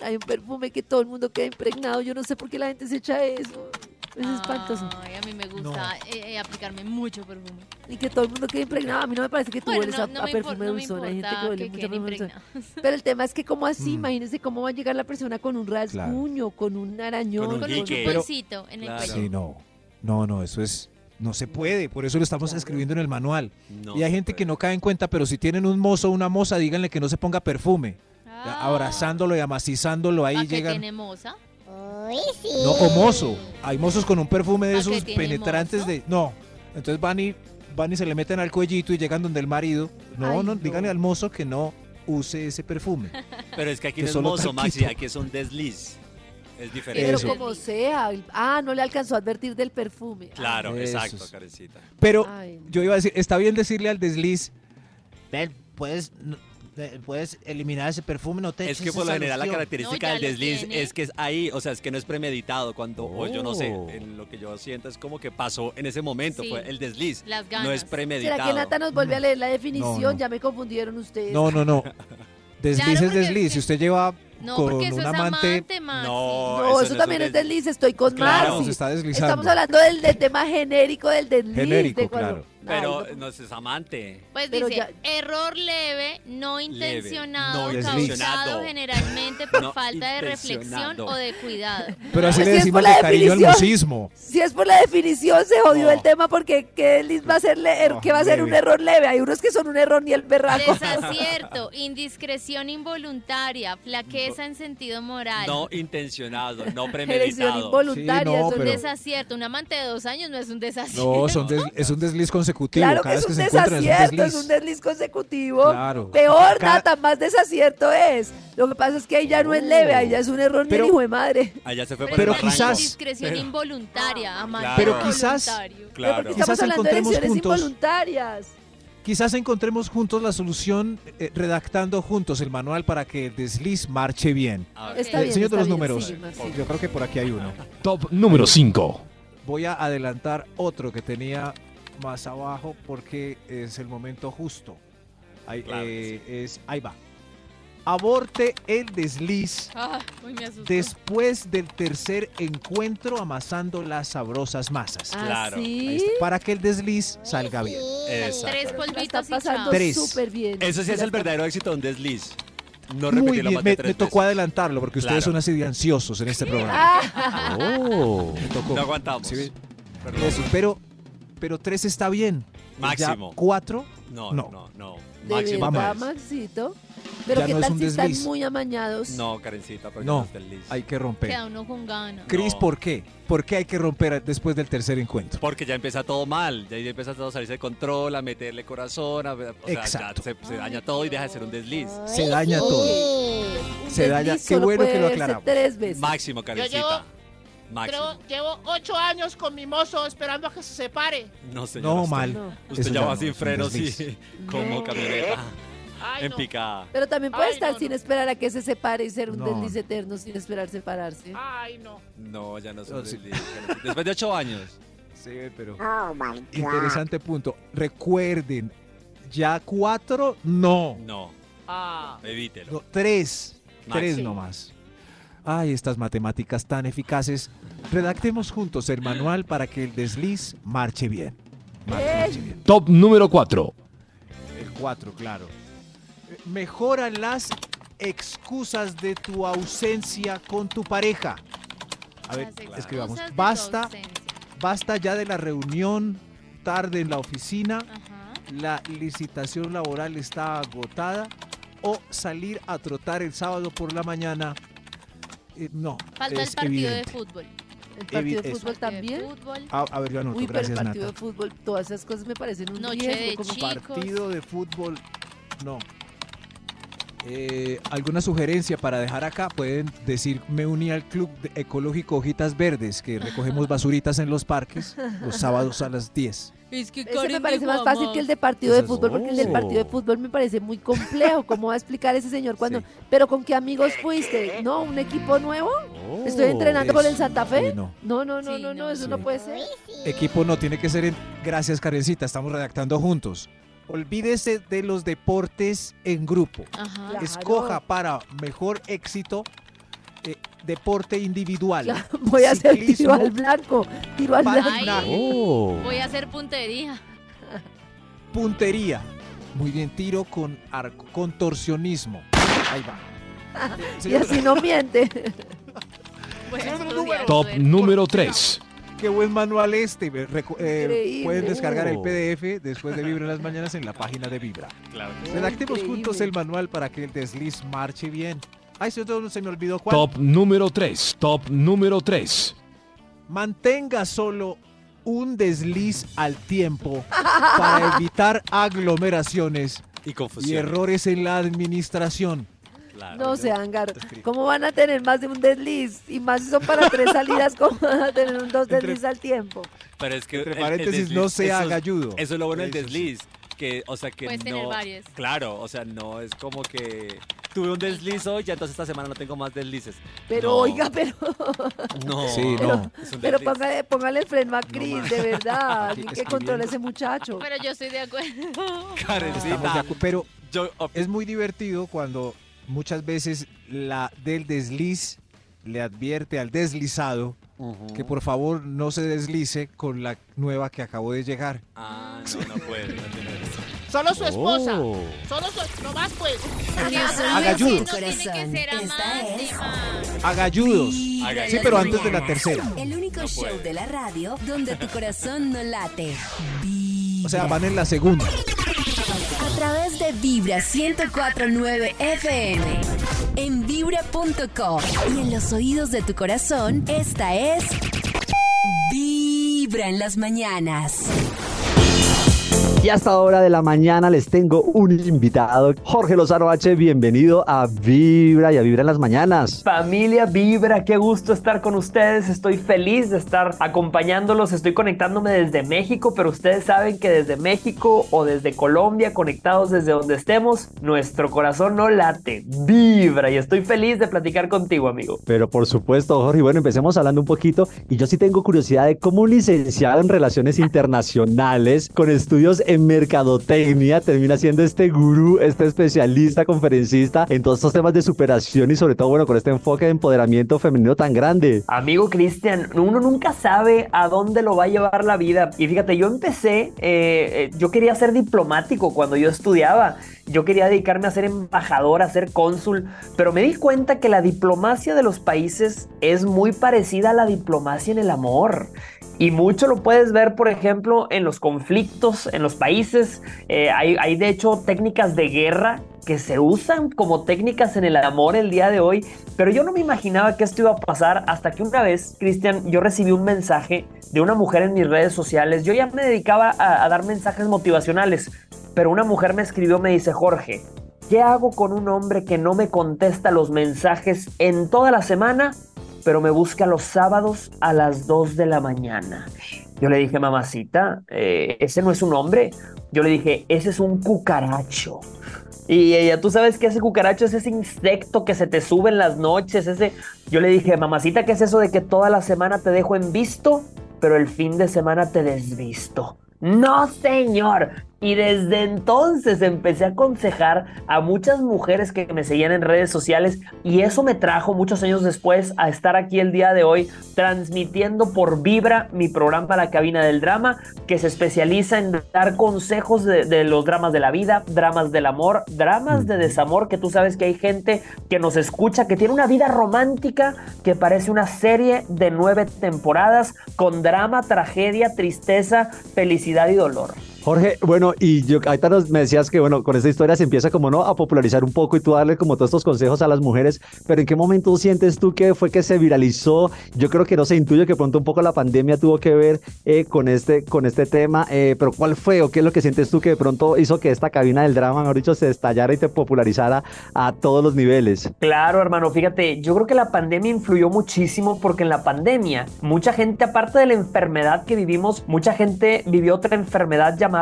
Speaker 2: Hay un perfume que todo el mundo queda impregnado. Yo no sé por qué la gente se echa eso. Es espantoso.
Speaker 3: Ay, a mí me gusta eh, eh, aplicarme mucho perfume.
Speaker 2: Y que todo el mundo quede impregnado. A mí no me parece que tú
Speaker 3: Bueno,
Speaker 2: hueles
Speaker 3: no-
Speaker 2: a,
Speaker 3: no
Speaker 2: a
Speaker 3: me impor-
Speaker 2: perfume
Speaker 3: no me
Speaker 2: dulzón. Hay gente que
Speaker 3: importa
Speaker 2: huele
Speaker 3: que
Speaker 2: mucho a
Speaker 3: queden
Speaker 2: perfume dulzón. Pero el tema es que, ¿cómo así?
Speaker 5: Mm.
Speaker 2: Imagínense cómo va a llegar la persona con un rasguño, con un arañón,
Speaker 5: Con un
Speaker 3: Un
Speaker 5: Pero-
Speaker 3: bolsito en el
Speaker 5: Claro.
Speaker 3: cuello.
Speaker 5: Sí, no. No, no, eso es. No se puede, por eso lo estamos escribiendo en el manual.
Speaker 11: No
Speaker 5: y hay
Speaker 11: se
Speaker 5: gente que no cae en cuenta, pero si tienen un mozo o una moza, díganle que no se ponga perfume. Abrazándolo y amacizándolo, ahí
Speaker 3: Ah. ¿Pa' qué
Speaker 5: llegan.
Speaker 3: tiene moza?
Speaker 5: No, o mozo. Hay mozos con un perfume de
Speaker 3: ¿Pa' qué
Speaker 5: esos
Speaker 3: tiene
Speaker 5: penetrantes
Speaker 3: mozo?
Speaker 5: de. No. Entonces van y, van y se le meten al cuellito y llegan donde el marido. No,
Speaker 11: Ay,
Speaker 5: no,
Speaker 11: no.
Speaker 5: díganle al mozo que no use ese perfume.
Speaker 11: Pero es que aquí
Speaker 5: Que
Speaker 11: no es
Speaker 5: solo
Speaker 11: mozo, Maxi,
Speaker 5: taquito.
Speaker 11: aquí es un desliz. Es diferente.
Speaker 2: Pero como sea. Ah, no le alcanzó a advertir del perfume.
Speaker 11: Claro,
Speaker 5: Eso
Speaker 11: exacto,
Speaker 5: es.
Speaker 11: Karencita.
Speaker 5: Pero
Speaker 2: Ay,
Speaker 5: yo iba a decir, está bien decirle al desliz.
Speaker 17: Ven, puedes, no, eh, puedes eliminar ese perfume, no te
Speaker 11: Es
Speaker 17: eches
Speaker 11: que por lo
Speaker 17: esa
Speaker 11: general la
Speaker 17: loción.
Speaker 11: característica del desliz es que es ahí, o sea, es que no es premeditado cuando, o yo no sé,
Speaker 17: Oh.
Speaker 11: en lo que yo siento es como que pasó en ese momento,
Speaker 2: Sí.
Speaker 11: fue el desliz.
Speaker 2: Las
Speaker 11: No
Speaker 2: ganas.
Speaker 11: es premeditado.
Speaker 2: ¿Será que Nata nos vuelve a leer la definición?
Speaker 5: No, no.
Speaker 2: Ya me confundieron ustedes.
Speaker 5: No, no, no. Desliz es desliz. Si usted lleva
Speaker 2: No,
Speaker 5: con
Speaker 2: porque eso
Speaker 5: un
Speaker 2: es
Speaker 5: amante.
Speaker 2: amante, Maxi.
Speaker 5: no,
Speaker 2: No, eso, también es desliz, estoy con
Speaker 5: Claro,
Speaker 2: Maxi.
Speaker 5: se está deslizando.
Speaker 2: Estamos hablando del, del tema genérico del desliz. de
Speaker 5: Genérico,
Speaker 2: cuando-
Speaker 5: claro.
Speaker 11: Pero no es amante.
Speaker 3: Pues
Speaker 2: Pero
Speaker 3: dice, error leve, no intencionado,
Speaker 11: no
Speaker 3: causado
Speaker 11: intencionado.
Speaker 3: generalmente por
Speaker 11: No
Speaker 3: falta de reflexión
Speaker 11: intencionado.
Speaker 3: o de cuidado.
Speaker 5: Pero así
Speaker 2: Si
Speaker 5: le
Speaker 2: es
Speaker 5: decimos
Speaker 2: por la
Speaker 5: de cariño al
Speaker 2: definición.
Speaker 5: musismo.
Speaker 2: Si es por la definición, se jodió el tema porque ¿qué desliz va a ser, le- er,
Speaker 5: No,
Speaker 2: que va a ser un
Speaker 5: leve.
Speaker 2: error leve? Hay unos que son un error ni el berraco.
Speaker 3: Desacierto, indiscreción involuntaria, flaqueza en sentido moral.
Speaker 11: No intencionado, no
Speaker 3: Elección
Speaker 11: premeditado.
Speaker 3: involuntaria,
Speaker 5: Sí, no,
Speaker 3: es un
Speaker 5: pero-
Speaker 3: desacierto. Un amante de dos años no es un desacierto.
Speaker 5: No, son des- es un desliz consecutivo.
Speaker 2: Claro que
Speaker 5: Cada
Speaker 2: es
Speaker 5: vez que
Speaker 2: un
Speaker 5: se encuentran es un
Speaker 2: desacierto, es
Speaker 5: desliz.
Speaker 2: un desliz consecutivo.
Speaker 5: Claro.
Speaker 2: Peor,
Speaker 5: Cada-
Speaker 2: Nata, más desacierto es. Lo que pasa es que ahí ya no es leve, ahí ya es un error ni el hijo de madre.
Speaker 11: Allá se fue por
Speaker 5: Pero
Speaker 11: el
Speaker 5: quizás-
Speaker 11: barranco.
Speaker 3: Indiscreción
Speaker 11: Pero- Ah,
Speaker 3: involuntaria, amante
Speaker 5: Pero
Speaker 3: involuntario.
Speaker 5: quizás,
Speaker 11: Claro.
Speaker 2: Porque estamos
Speaker 5: Quizás
Speaker 2: hablando de
Speaker 5: encontremos
Speaker 2: elecciones
Speaker 5: juntos-
Speaker 2: involuntarias.
Speaker 5: Quizás encontremos juntos la solución eh, redactando juntos el manual para que el desliz marche bien. Eh,
Speaker 2: ver. Está bien,
Speaker 5: Señor
Speaker 2: está
Speaker 5: de los
Speaker 2: bien,
Speaker 5: números.
Speaker 2: sí, Marcelo.
Speaker 5: Yo creo que por aquí hay uno.
Speaker 1: Top número 5.
Speaker 5: Voy a adelantar otro que tenía más abajo porque es el momento justo. Ahí, eh, es, ahí va. Aborte el desliz
Speaker 3: Ah, uy, me asustó.
Speaker 5: después del tercer encuentro amasando las sabrosas masas.
Speaker 3: ¿Ah, Claro. sí?
Speaker 5: Ahí está. Para que el desliz salga bien.
Speaker 3: Tres
Speaker 2: Está
Speaker 3: polvitos y
Speaker 2: pasando
Speaker 3: chao.
Speaker 5: Tres.
Speaker 2: súper bien.
Speaker 11: Eso sí es el verdadero éxito de un desliz. No
Speaker 5: Muy
Speaker 11: repetirlo
Speaker 5: bien,
Speaker 11: más de
Speaker 5: me,
Speaker 11: tres
Speaker 5: me tocó adelantarlo porque ustedes
Speaker 11: Claro.
Speaker 5: son así de ansiosos en este programa.
Speaker 2: Ah,
Speaker 5: Oh, me tocó.
Speaker 11: No aguantamos.
Speaker 5: Sí,
Speaker 11: Perdón.
Speaker 5: Eso, pero, pero tres está bien. Ya
Speaker 11: Máximo.
Speaker 5: cuatro,
Speaker 11: No,
Speaker 5: no.
Speaker 11: no, no.
Speaker 2: de
Speaker 11: Máximo
Speaker 2: verdad,
Speaker 11: tres.
Speaker 2: Maxito. Pero
Speaker 5: Ya
Speaker 2: qué
Speaker 5: no es
Speaker 2: tal
Speaker 5: un
Speaker 2: si están
Speaker 5: desliz.
Speaker 2: muy amañados.
Speaker 11: No, Karencita, porque
Speaker 5: No,
Speaker 11: es desliz.
Speaker 5: hay que romper.
Speaker 3: Queda uno con ganas.
Speaker 5: Cris, ¿por qué? ¿Por qué hay que romper después del tercer encuentro?
Speaker 11: Porque ya empieza todo mal, ya ya empieza todo a salirse de control, a meterle corazón, a, o sea,
Speaker 5: Exacto.
Speaker 11: ya se, se daña todo y deja de ser un desliz.
Speaker 5: Se daña todo.
Speaker 2: Un
Speaker 5: Se daña.
Speaker 2: desliz
Speaker 5: Qué
Speaker 2: solo
Speaker 5: bueno que
Speaker 2: puede
Speaker 5: lo
Speaker 2: verse
Speaker 5: aclaramos.
Speaker 2: tres veces.
Speaker 11: Máximo, Karencita. Máximo.
Speaker 8: Creo- llevo ocho años con mi mozo esperando a que se separe.
Speaker 11: No, señora,
Speaker 5: No,
Speaker 11: usted-
Speaker 5: mal.
Speaker 11: Usted
Speaker 5: Eso
Speaker 11: ya
Speaker 5: ya
Speaker 11: va
Speaker 5: no,
Speaker 11: sin
Speaker 5: es un
Speaker 11: frenos y
Speaker 5: desliz.
Speaker 11: como camioneta
Speaker 8: Ay,
Speaker 11: en
Speaker 8: no.
Speaker 11: picada.
Speaker 2: Pero también puede
Speaker 8: Ay,
Speaker 2: estar
Speaker 8: no,
Speaker 2: sin esperar a que se separe y ser un
Speaker 11: No,
Speaker 2: desliz
Speaker 11: no.
Speaker 2: eterno sin esperar separarse.
Speaker 8: Ay, no.
Speaker 11: No, ya no es
Speaker 5: No,
Speaker 11: un
Speaker 5: sí.
Speaker 11: desliz. Karencita. Después de ocho años.
Speaker 5: Sí, pero...
Speaker 2: Oh my
Speaker 5: Interesante punto. Recuerden, ya cuatro, no.
Speaker 11: No,
Speaker 8: Ah.
Speaker 11: evítelo.
Speaker 5: No, tres.
Speaker 11: Máximo.
Speaker 5: Tres nomás. Ay, estas matemáticas tan eficaces. Redactemos juntos el manual para que el desliz marche bien. Mar- marche bien.
Speaker 1: Top número 4.
Speaker 5: El cuatro, claro. Eh, Mejora las excusas de tu ausencia con tu pareja. A ver,
Speaker 3: Las
Speaker 5: escribamos.
Speaker 3: excusas de tu
Speaker 5: Basta,
Speaker 3: ausencia.
Speaker 5: basta ya de la reunión tarde en la oficina.
Speaker 3: Ajá.
Speaker 5: la licitación laboral está agotada o salir a trotar el sábado por la mañana. eh, no,
Speaker 3: Falta
Speaker 5: es
Speaker 3: el partido
Speaker 5: evidente.
Speaker 3: de fútbol.
Speaker 2: El partido de
Speaker 5: Evi- eso.
Speaker 2: fútbol
Speaker 3: Partido de
Speaker 2: también.
Speaker 3: fútbol.
Speaker 5: A, a ver, yo anoto,
Speaker 2: Uy, pero el
Speaker 5: Ah, gracias
Speaker 2: partido
Speaker 5: Nata.
Speaker 2: de fútbol, todas esas cosas me parecen un
Speaker 3: Noche
Speaker 2: riesgo
Speaker 3: de
Speaker 2: como
Speaker 3: chicos.
Speaker 5: Partido de fútbol, no. eh, alguna sugerencia para dejar acá, pueden decir, me uní al club de- ecológico Hojitas Verdes, que recogemos basuritas en los parques los sábados a las 10.
Speaker 3: Es que
Speaker 2: Ese me parece más fácil que el de partido de fútbol, porque
Speaker 5: Oh.
Speaker 2: el del partido de fútbol me parece muy complejo. ¿Cómo va a explicar ese señor cuando? ¿Pero con qué amigos fuiste? ¿No? ¿Un equipo nuevo? ¿Estoy entrenando con el Santa Fe?
Speaker 5: Oh. Uy, no.
Speaker 2: No, no, no, no, no, eso no puede ser.
Speaker 5: Equipo no, tiene que ser en... Gracias, Karencita, estamos redactando juntos. Olvídese de los deportes en grupo.
Speaker 2: Ajá.
Speaker 5: Escoja para mejor éxito eh, deporte individual.
Speaker 2: Claro, voy a hacer tiro
Speaker 5: Ciclismo,
Speaker 2: al blanco, tiro al
Speaker 5: patinaje,
Speaker 2: blanco.
Speaker 3: Voy a hacer puntería.
Speaker 5: puntería. Muy bien, tiro con arco, contorsionismo. Ahí va.
Speaker 2: Y así no miente.
Speaker 1: Top número 3.
Speaker 5: Qué buen manual este. me reco- eh,
Speaker 2: Increíble.
Speaker 5: pueden descargar el
Speaker 1: Oh.
Speaker 5: PDF después de Vibra en las mañanas en la página de Vibra.
Speaker 4: Claro que sí.
Speaker 5: Redactemos
Speaker 4: Increíble.
Speaker 5: juntos el manual para que el desliz marche bien. Ay, se, se me olvidó cuál.
Speaker 1: Top número 3. Top número 3.
Speaker 5: Mantenga solo un desliz al tiempo para evitar aglomeraciones
Speaker 11: y
Speaker 5: y
Speaker 11: confusión.
Speaker 5: errores en la administración.
Speaker 2: No sean gar. ¿Cómo van a tener más de un desliz? Y más si son para tres salidas, ¿cómo van a tener un dos desliz al tiempo?
Speaker 11: Pero es que
Speaker 5: Entre
Speaker 11: el- el
Speaker 5: paréntesis,
Speaker 11: desliz-
Speaker 5: no se
Speaker 11: eso es-
Speaker 5: haga ayudo.
Speaker 11: Eso es lo bueno del
Speaker 5: Eso sí.
Speaker 11: desliz. Que, o sea, que
Speaker 3: Puedes
Speaker 11: no.
Speaker 3: tener varios.
Speaker 11: Claro, o sea, no es como que tuve un desliz hoy, ya entonces esta semana no tengo más deslices.
Speaker 2: Pero
Speaker 11: No,
Speaker 2: oiga, pero.
Speaker 11: No,
Speaker 5: Sí, no.
Speaker 11: es un
Speaker 2: Pero
Speaker 11: desliz.
Speaker 2: póngale, póngale el freno a Cris, de verdad.
Speaker 5: Aquí
Speaker 2: Ni que controle
Speaker 5: escribiendo.
Speaker 2: ese muchacho.
Speaker 3: Pero yo estoy de acuerdo.
Speaker 5: Estamos de
Speaker 11: Karencita,
Speaker 5: acu- pero
Speaker 11: yo op-
Speaker 5: es muy divertido cuando muchas veces la del desliz le advierte al deslizado
Speaker 11: Ujú.
Speaker 5: que por favor no se deslice con la nueva que acabó de llegar.
Speaker 11: Ah, no, no puede. No tiene eso.
Speaker 9: Solo su esposa.
Speaker 5: Oh.
Speaker 9: Solo su. No más, pues.
Speaker 6: En los oídos
Speaker 5: Agayudo.
Speaker 6: de tu corazón, esta es
Speaker 5: Agalludos.
Speaker 6: Vibra en
Speaker 5: Sí,
Speaker 6: las
Speaker 5: pero antes de la
Speaker 6: mañanas.
Speaker 5: tercera.
Speaker 6: El único show de la radio donde tu corazón no late.
Speaker 5: O sea, van en la segunda.
Speaker 6: A través de Vibra 104.9 FM. En Vibra.co. Y en los oídos de tu corazón, esta es... Vibra en las mañanas.
Speaker 15: Y hasta ahora de la mañana les tengo un invitado, Jorge Lozano H. Bienvenido a Vibra y a Vibra en las mañanas.
Speaker 16: Familia Vibra, qué gusto estar con ustedes. Estoy feliz de estar acompañándolos. Estoy conectándome desde México, pero ustedes saben que desde México o desde Colombia, conectados desde donde estemos, nuestro corazón no late. Vibra y estoy feliz de platicar contigo, amigo.
Speaker 15: Pero por supuesto, Jorge, bueno, empecemos hablando un poquito. Y yo sí tengo curiosidad de cómo un licenciado en relaciones internacionales con estudios en mercadotecnia termina siendo este gurú, este especialista, conferencista en todos estos temas de superación y sobre todo, bueno, con este enfoque de empoderamiento femenino tan grande.
Speaker 16: Amigo Cristian, uno nunca sabe a dónde lo va a llevar la vida. Y fíjate, yo empecé, eh, eh, yo quería ser diplomático cuando yo estudiaba. Yo quería dedicarme a ser embajador, a ser cónsul, pero me di cuenta que la diplomacia de los países es muy parecida a la diplomacia en el amor. Y mucho lo puedes ver, por ejemplo, en los conflictos, en los países. Eh, hay, hay de hecho técnicas de guerra que se usan como técnicas en el amor el día de hoy, pero yo no me imaginaba que esto iba a pasar hasta que una vez, Cristian, yo recibí un mensaje de una mujer en mis redes sociales. Yo ya me dedicaba a, a dar mensajes motivacionales, pero una mujer me escribió, me dice, Jorge, ¿qué hago con un hombre que no me contesta los mensajes en toda la semana, pero me busca los sábados a las 2 de la mañana? Yo le dije, mamacita, eh, ese no es un hombre. Yo le dije, ese es un cucaracho. Y ella, tú sabes que ese cucaracho es ese insecto que se te sube en las noches, ese... Yo le dije, mamacita, ¿qué es eso de que toda la semana te dejo en visto, pero el fin de semana te desvisto? No, señor. Y desde entonces empecé a aconsejar a muchas mujeres que me seguían en redes sociales y eso me trajo muchos años después a estar aquí el día de hoy transmitiendo por Vibra mi programa La Cabina del Drama que se especializa en dar consejos de, de los dramas de la vida, dramas del amor, dramas de desamor que tú sabes que hay gente que nos escucha que tiene una vida romántica que parece una serie de nueve temporadas con drama, tragedia, tristeza, felicidad y dolor.
Speaker 11: Jorge, bueno, y yo, ahorita nos, me decías que, bueno, con esta historia se empieza como, ¿no?, a popularizar un poco y tú a darle como todos estos consejos a las mujeres, pero ¿en qué momento sientes tú que fue que se viralizó? Yo creo que no se intuye que pronto un poco la pandemia tuvo que ver eh, con, este, con este tema, eh, pero ¿cuál fue o qué es lo que sientes tú que de pronto hizo que esta cabina del drama, mejor dicho, se estallara y te popularizara a todos los niveles?
Speaker 16: Claro, hermano, fíjate, yo creo que la pandemia influyó muchísimo porque en la pandemia mucha gente, aparte de la enfermedad que vivimos, mucha gente vivió otra enfermedad llamada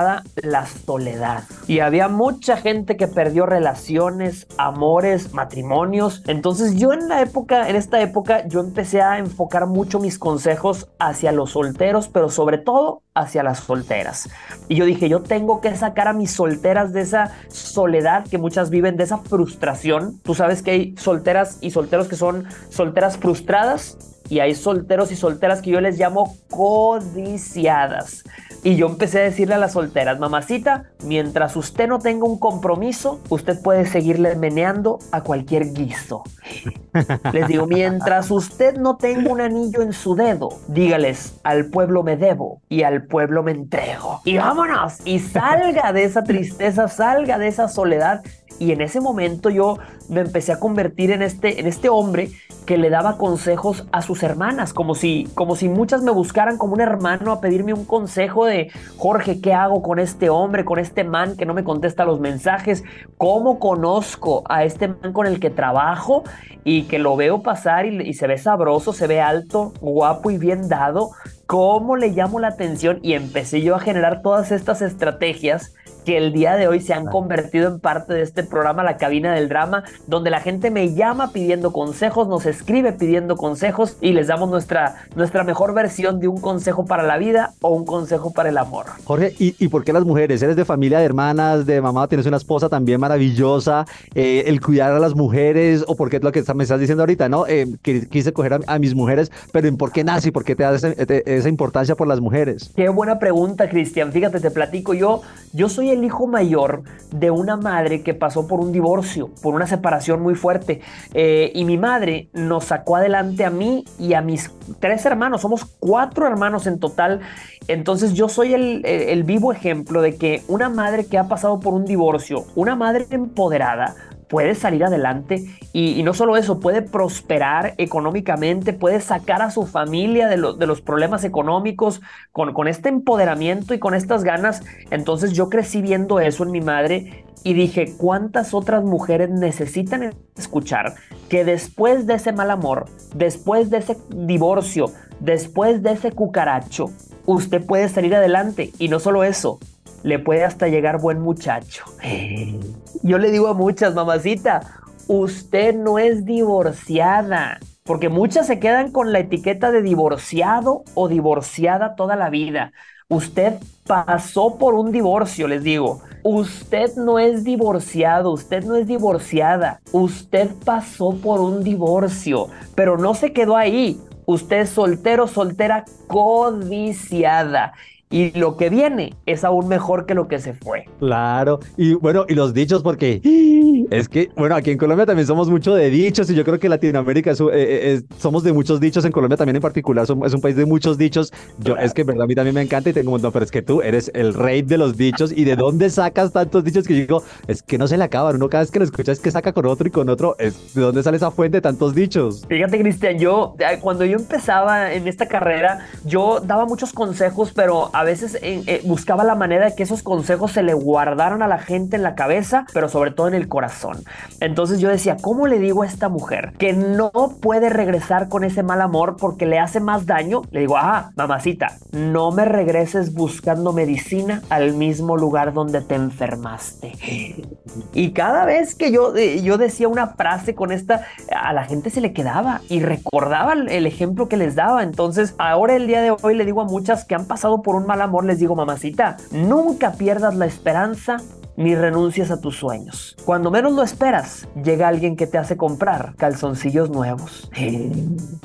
Speaker 16: la soledad. Y había mucha gente que perdió relaciones, amores, matrimonios. Entonces yo en la época, en esta época, yo empecé a enfocar mucho mis consejos hacia los solteros, pero sobre todo hacia las solteras. Y yo dije, yo tengo que sacar a mis solteras de esa soledad que muchas viven, de esa frustración. Tú sabes que hay solteras y solteros que son solteras frustradas y hay solteros y solteras que yo les llamo codiciadas. Y yo empecé a decirle a las solteras, mamacita, mientras usted no tenga un compromiso, usted puede seguirle meneando a cualquier guiso. Les digo, mientras usted no tenga un anillo en su dedo, dígales, al pueblo me debo y al pueblo me entrego. Y vámonos, y salga de esa tristeza, salga de esa soledad. Y en ese momento yo me empecé a convertir en este, en este hombre que le daba consejos a sus hermanas, como si, como si muchas me buscaran como un hermano a pedirme un consejo de Jorge, ¿qué hago con este hombre, con este man que no me contesta los mensajes? ¿Cómo conozco a este man con el que trabajo y que lo veo pasar y, y se ve sabroso, se ve alto, guapo y bien dado? ¿Cómo le llamo la atención? Y empecé yo a generar todas estas estrategias que el día de hoy se han convertido en parte de este programa La Cabina del Drama, donde la gente me llama pidiendo consejos, nos escribe pidiendo consejos y les damos nuestra, nuestra mejor versión de un consejo para la vida o un consejo para el amor.
Speaker 11: Jorge, ¿y, y por qué las mujeres? Eres de familia de hermanas, de mamá, tienes una esposa también maravillosa, eh, el cuidar a las mujeres, o por qué lo que está- me estás diciendo ahorita, ¿no? Eh, que quise coger a, a mis mujeres, pero ¿en por qué nace? ¿Por qué te das ese- te- esa importancia por las mujeres?
Speaker 16: Pues, Qué buena pregunta, Cristian. Fíjate, te platico yo. Yo soy el hijo mayor de una madre que pasó por un divorcio, por una separación muy fuerte. Eh, y mi madre nos sacó adelante a mí y a mis tres hermanos. Somos cuatro hermanos en total. Entonces yo soy el, el- el vivo ejemplo de que una madre que ha pasado por un divorcio, una madre empoderada, puede salir adelante y, y no solo eso, puede prosperar económicamente, puede sacar a su familia de, lo- de los problemas económicos con, con este empoderamiento y con estas ganas. Entonces yo crecí viendo eso en mi madre y dije, ¿cuántas otras mujeres necesitan escuchar que después de ese mal amor, después de ese divorcio, después de ese cucaracho, usted puede salir adelante? Y no solo eso, le puede hasta llegar buen muchacho. Yo le digo a muchas, mamacita, usted no es divorciada. Porque muchas se quedan con la etiqueta de divorciado o divorciada toda la vida. Usted pasó por un divorcio, les digo. Usted no es divorciado, usted no es divorciada. Usted pasó por un divorcio, pero no se quedó ahí. Usted es soltero, soltera, codiciada. Y lo que viene es aún mejor que lo que se fue.
Speaker 11: Claro, y bueno, y los dichos, porque es que, bueno, aquí en Colombia también somos mucho de dichos, y yo creo que Latinoamérica es, eh, eh, es- somos de muchos dichos, en Colombia también en particular som- es un país de muchos dichos. Yo, es que en verdad a mí también me encanta y tengo un montón, pero es que tú eres el rey de los dichos, y de dónde sacas tantos dichos que yo digo, es que no se le acaban, uno cada vez que lo escucha es que saca con otro y con otro, es, ¿de dónde sale esa fuente de tantos dichos?
Speaker 16: Fíjate, Cristian, yo eh, cuando yo empezaba en esta carrera, yo daba muchos consejos, pero a veces eh, eh, buscaba la manera de que esos consejos se le guardaron a la gente en la cabeza, pero sobre todo en el corazón. Entonces yo decía, ¿cómo le digo a esta mujer que no puede regresar con ese mal amor porque le hace más daño? Le digo, ah, mamacita, no me regreses buscando medicina al mismo lugar donde te enfermaste. Y cada vez que yo, eh, yo decía una frase con esta, a la gente se le quedaba y recordaba el- el ejemplo que les daba. Entonces, ahora el día de hoy le digo a muchas que han pasado por un mal amor, les digo, mamacita, nunca pierdas la esperanza ni renuncies a tus sueños. Cuando menos lo esperas, llega alguien que te hace comprar calzoncillos nuevos.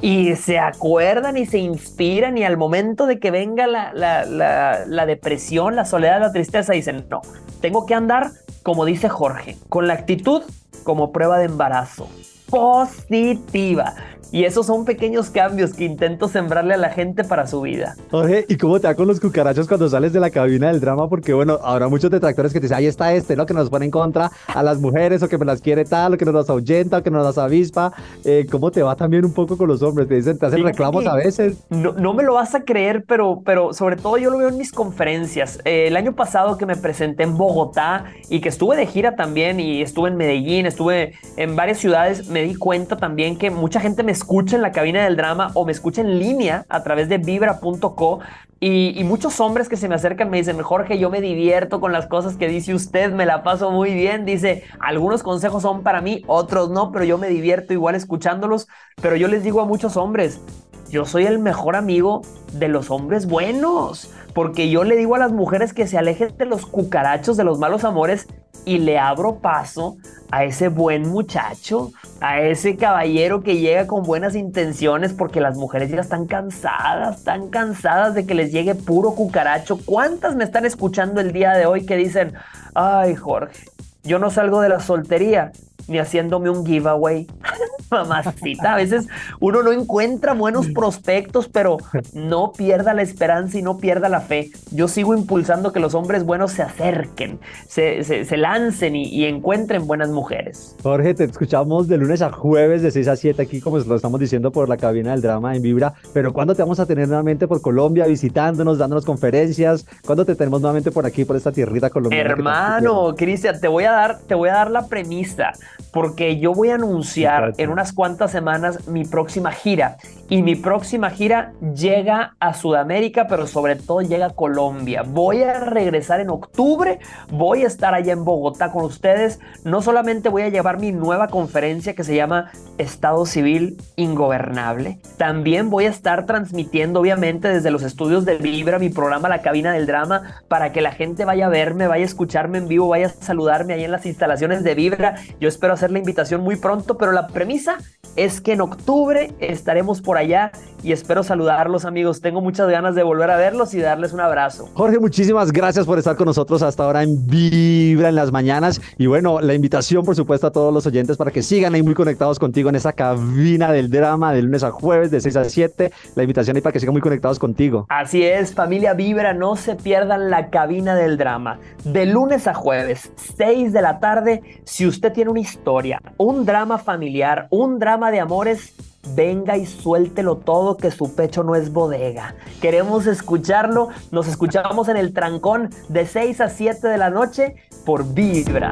Speaker 16: Y se acuerdan y se inspiran y al momento de que venga la, la- la- la depresión, la soledad, la tristeza, dicen, no, tengo que andar, como dice Jorge, con la actitud como prueba de embarazo, positiva. Y esos son pequeños cambios que intento sembrarle a la gente para su vida.
Speaker 11: Jorge, ¿y cómo te va con los cucarachos cuando sales de la cabina del drama? Porque, bueno, habrá muchos detractores que te dicen, ahí está este, ¿no? Que nos pone en contra a las mujeres, o que me las quiere tal, o que nos las ahuyenta, o que nos las avispa. Eh, ¿Cómo te va también un poco con los hombres? Te dicen, te hacen
Speaker 16: Fíjate
Speaker 11: reclamos
Speaker 16: que
Speaker 11: a veces.
Speaker 16: No, no me lo vas a creer, pero, pero sobre todo yo lo veo en mis conferencias. Eh, el año pasado que me presenté en Bogotá y que estuve de gira también y estuve en Medellín, estuve en varias ciudades, me di cuenta también que mucha gente me escucha en la cabina del drama o me escucha en línea a través de vibra.co. Y, y muchos hombres que se me acercan me dicen, Jorge, yo me divierto con las cosas que dice usted, me la paso muy bien. Dice, algunos consejos son para mí, otros no, pero yo me divierto igual escuchándolos. Pero yo les digo a muchos hombres, yo soy el mejor amigo de los hombres buenos, porque yo le digo a las mujeres que se alejen de los cucarachos, de los malos amores, y le abro paso a ese buen muchacho, a ese caballero que llega con buenas intenciones, porque las mujeres ya están cansadas, están cansadas de que les llegue puro cucaracho. ¿Cuántas me están escuchando el día de hoy que dicen, ay Jorge, yo no salgo de la soltería? Ni haciéndome un giveaway. Mamacita, a veces uno no encuentra buenos prospectos, pero no pierda la esperanza y no pierda la fe. Yo sigo impulsando que los hombres buenos se acerquen, se, se- se lancen y, y encuentren buenas mujeres.
Speaker 11: Jorge, te escuchamos de lunes a jueves de 6 a 7 aquí, como lo estamos diciendo por la cabina del drama en Vibra. Pero ¿cuándo te vamos a tener nuevamente por Colombia, visitándonos, dándonos conferencias? ¿Cuándo te tenemos nuevamente por aquí, por esta tierrita colombiana? que tanto
Speaker 16: Hermano, Cristian, te voy a dar, te voy a dar la premisa, porque yo voy a anunciar en unas cuantas semanas mi próxima gira. Y mi próxima gira llega a Sudamérica, pero sobre todo llega a Colombia. Voy a regresar en octubre, voy a estar allá en Bogotá con ustedes. No solamente voy a llevar mi nueva conferencia que se llama Estado Civil Ingobernable, también voy a estar transmitiendo, obviamente, desde los estudios de Vibra, mi programa La Cabina del Drama, para que la gente vaya a verme, vaya a escucharme en vivo, vaya a saludarme ahí en las instalaciones de Vibra. Yo espero hacer la invitación muy pronto, pero la premisa es que en octubre estaremos por allá y espero saludarlos, amigos. Tengo muchas ganas de volver a verlos y darles un abrazo.
Speaker 11: Jorge, muchísimas gracias por estar con nosotros hasta ahora en Vibra en las mañanas. Y bueno, la invitación, por supuesto, a todos los oyentes para que sigan ahí muy conectados contigo en esa cabina del drama de lunes a jueves de 6 a 7. La invitación ahí para que sigan muy conectados contigo.
Speaker 16: Así es, familia Vibra, no se pierdan la cabina del drama. De lunes a jueves, 6 de la tarde, si usted tiene una historia, un drama familiar, un drama de amores, venga y suéltelo todo, que su pecho no es bodega. Queremos escucharlo, nos escuchamos en el trancón de 6 a 7 de la noche por Vibra.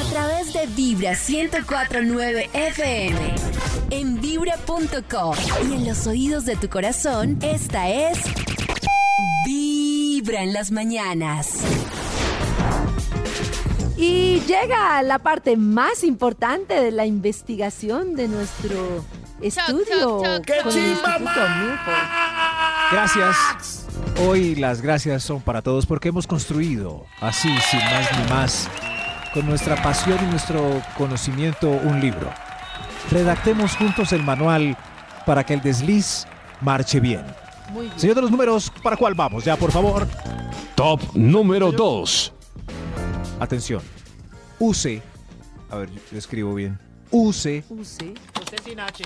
Speaker 6: A través de Vibra 104.9 FM. En vibra.com y en los oídos de tu corazón, esta es Vibra en las mañanas.
Speaker 2: Y llega la parte más importante de la investigación de nuestro estudio.
Speaker 3: choc, choc.
Speaker 2: con el
Speaker 3: ¡Qué chimba,
Speaker 2: Instituto Milford.
Speaker 5: Gracias. Hoy las gracias son para todos porque hemos construido, así, sin más ni más, con nuestra pasión y nuestro conocimiento, un libro. Redactemos juntos el manual para que el desliz marche bien.
Speaker 3: Muy bien.
Speaker 5: Señor de los números, ¿para cuál vamos? Ya, por favor.
Speaker 18: Top número 2.
Speaker 5: Atención. Use. A ver, yo escribo bien. Use
Speaker 2: Use.
Speaker 9: Usted sin H.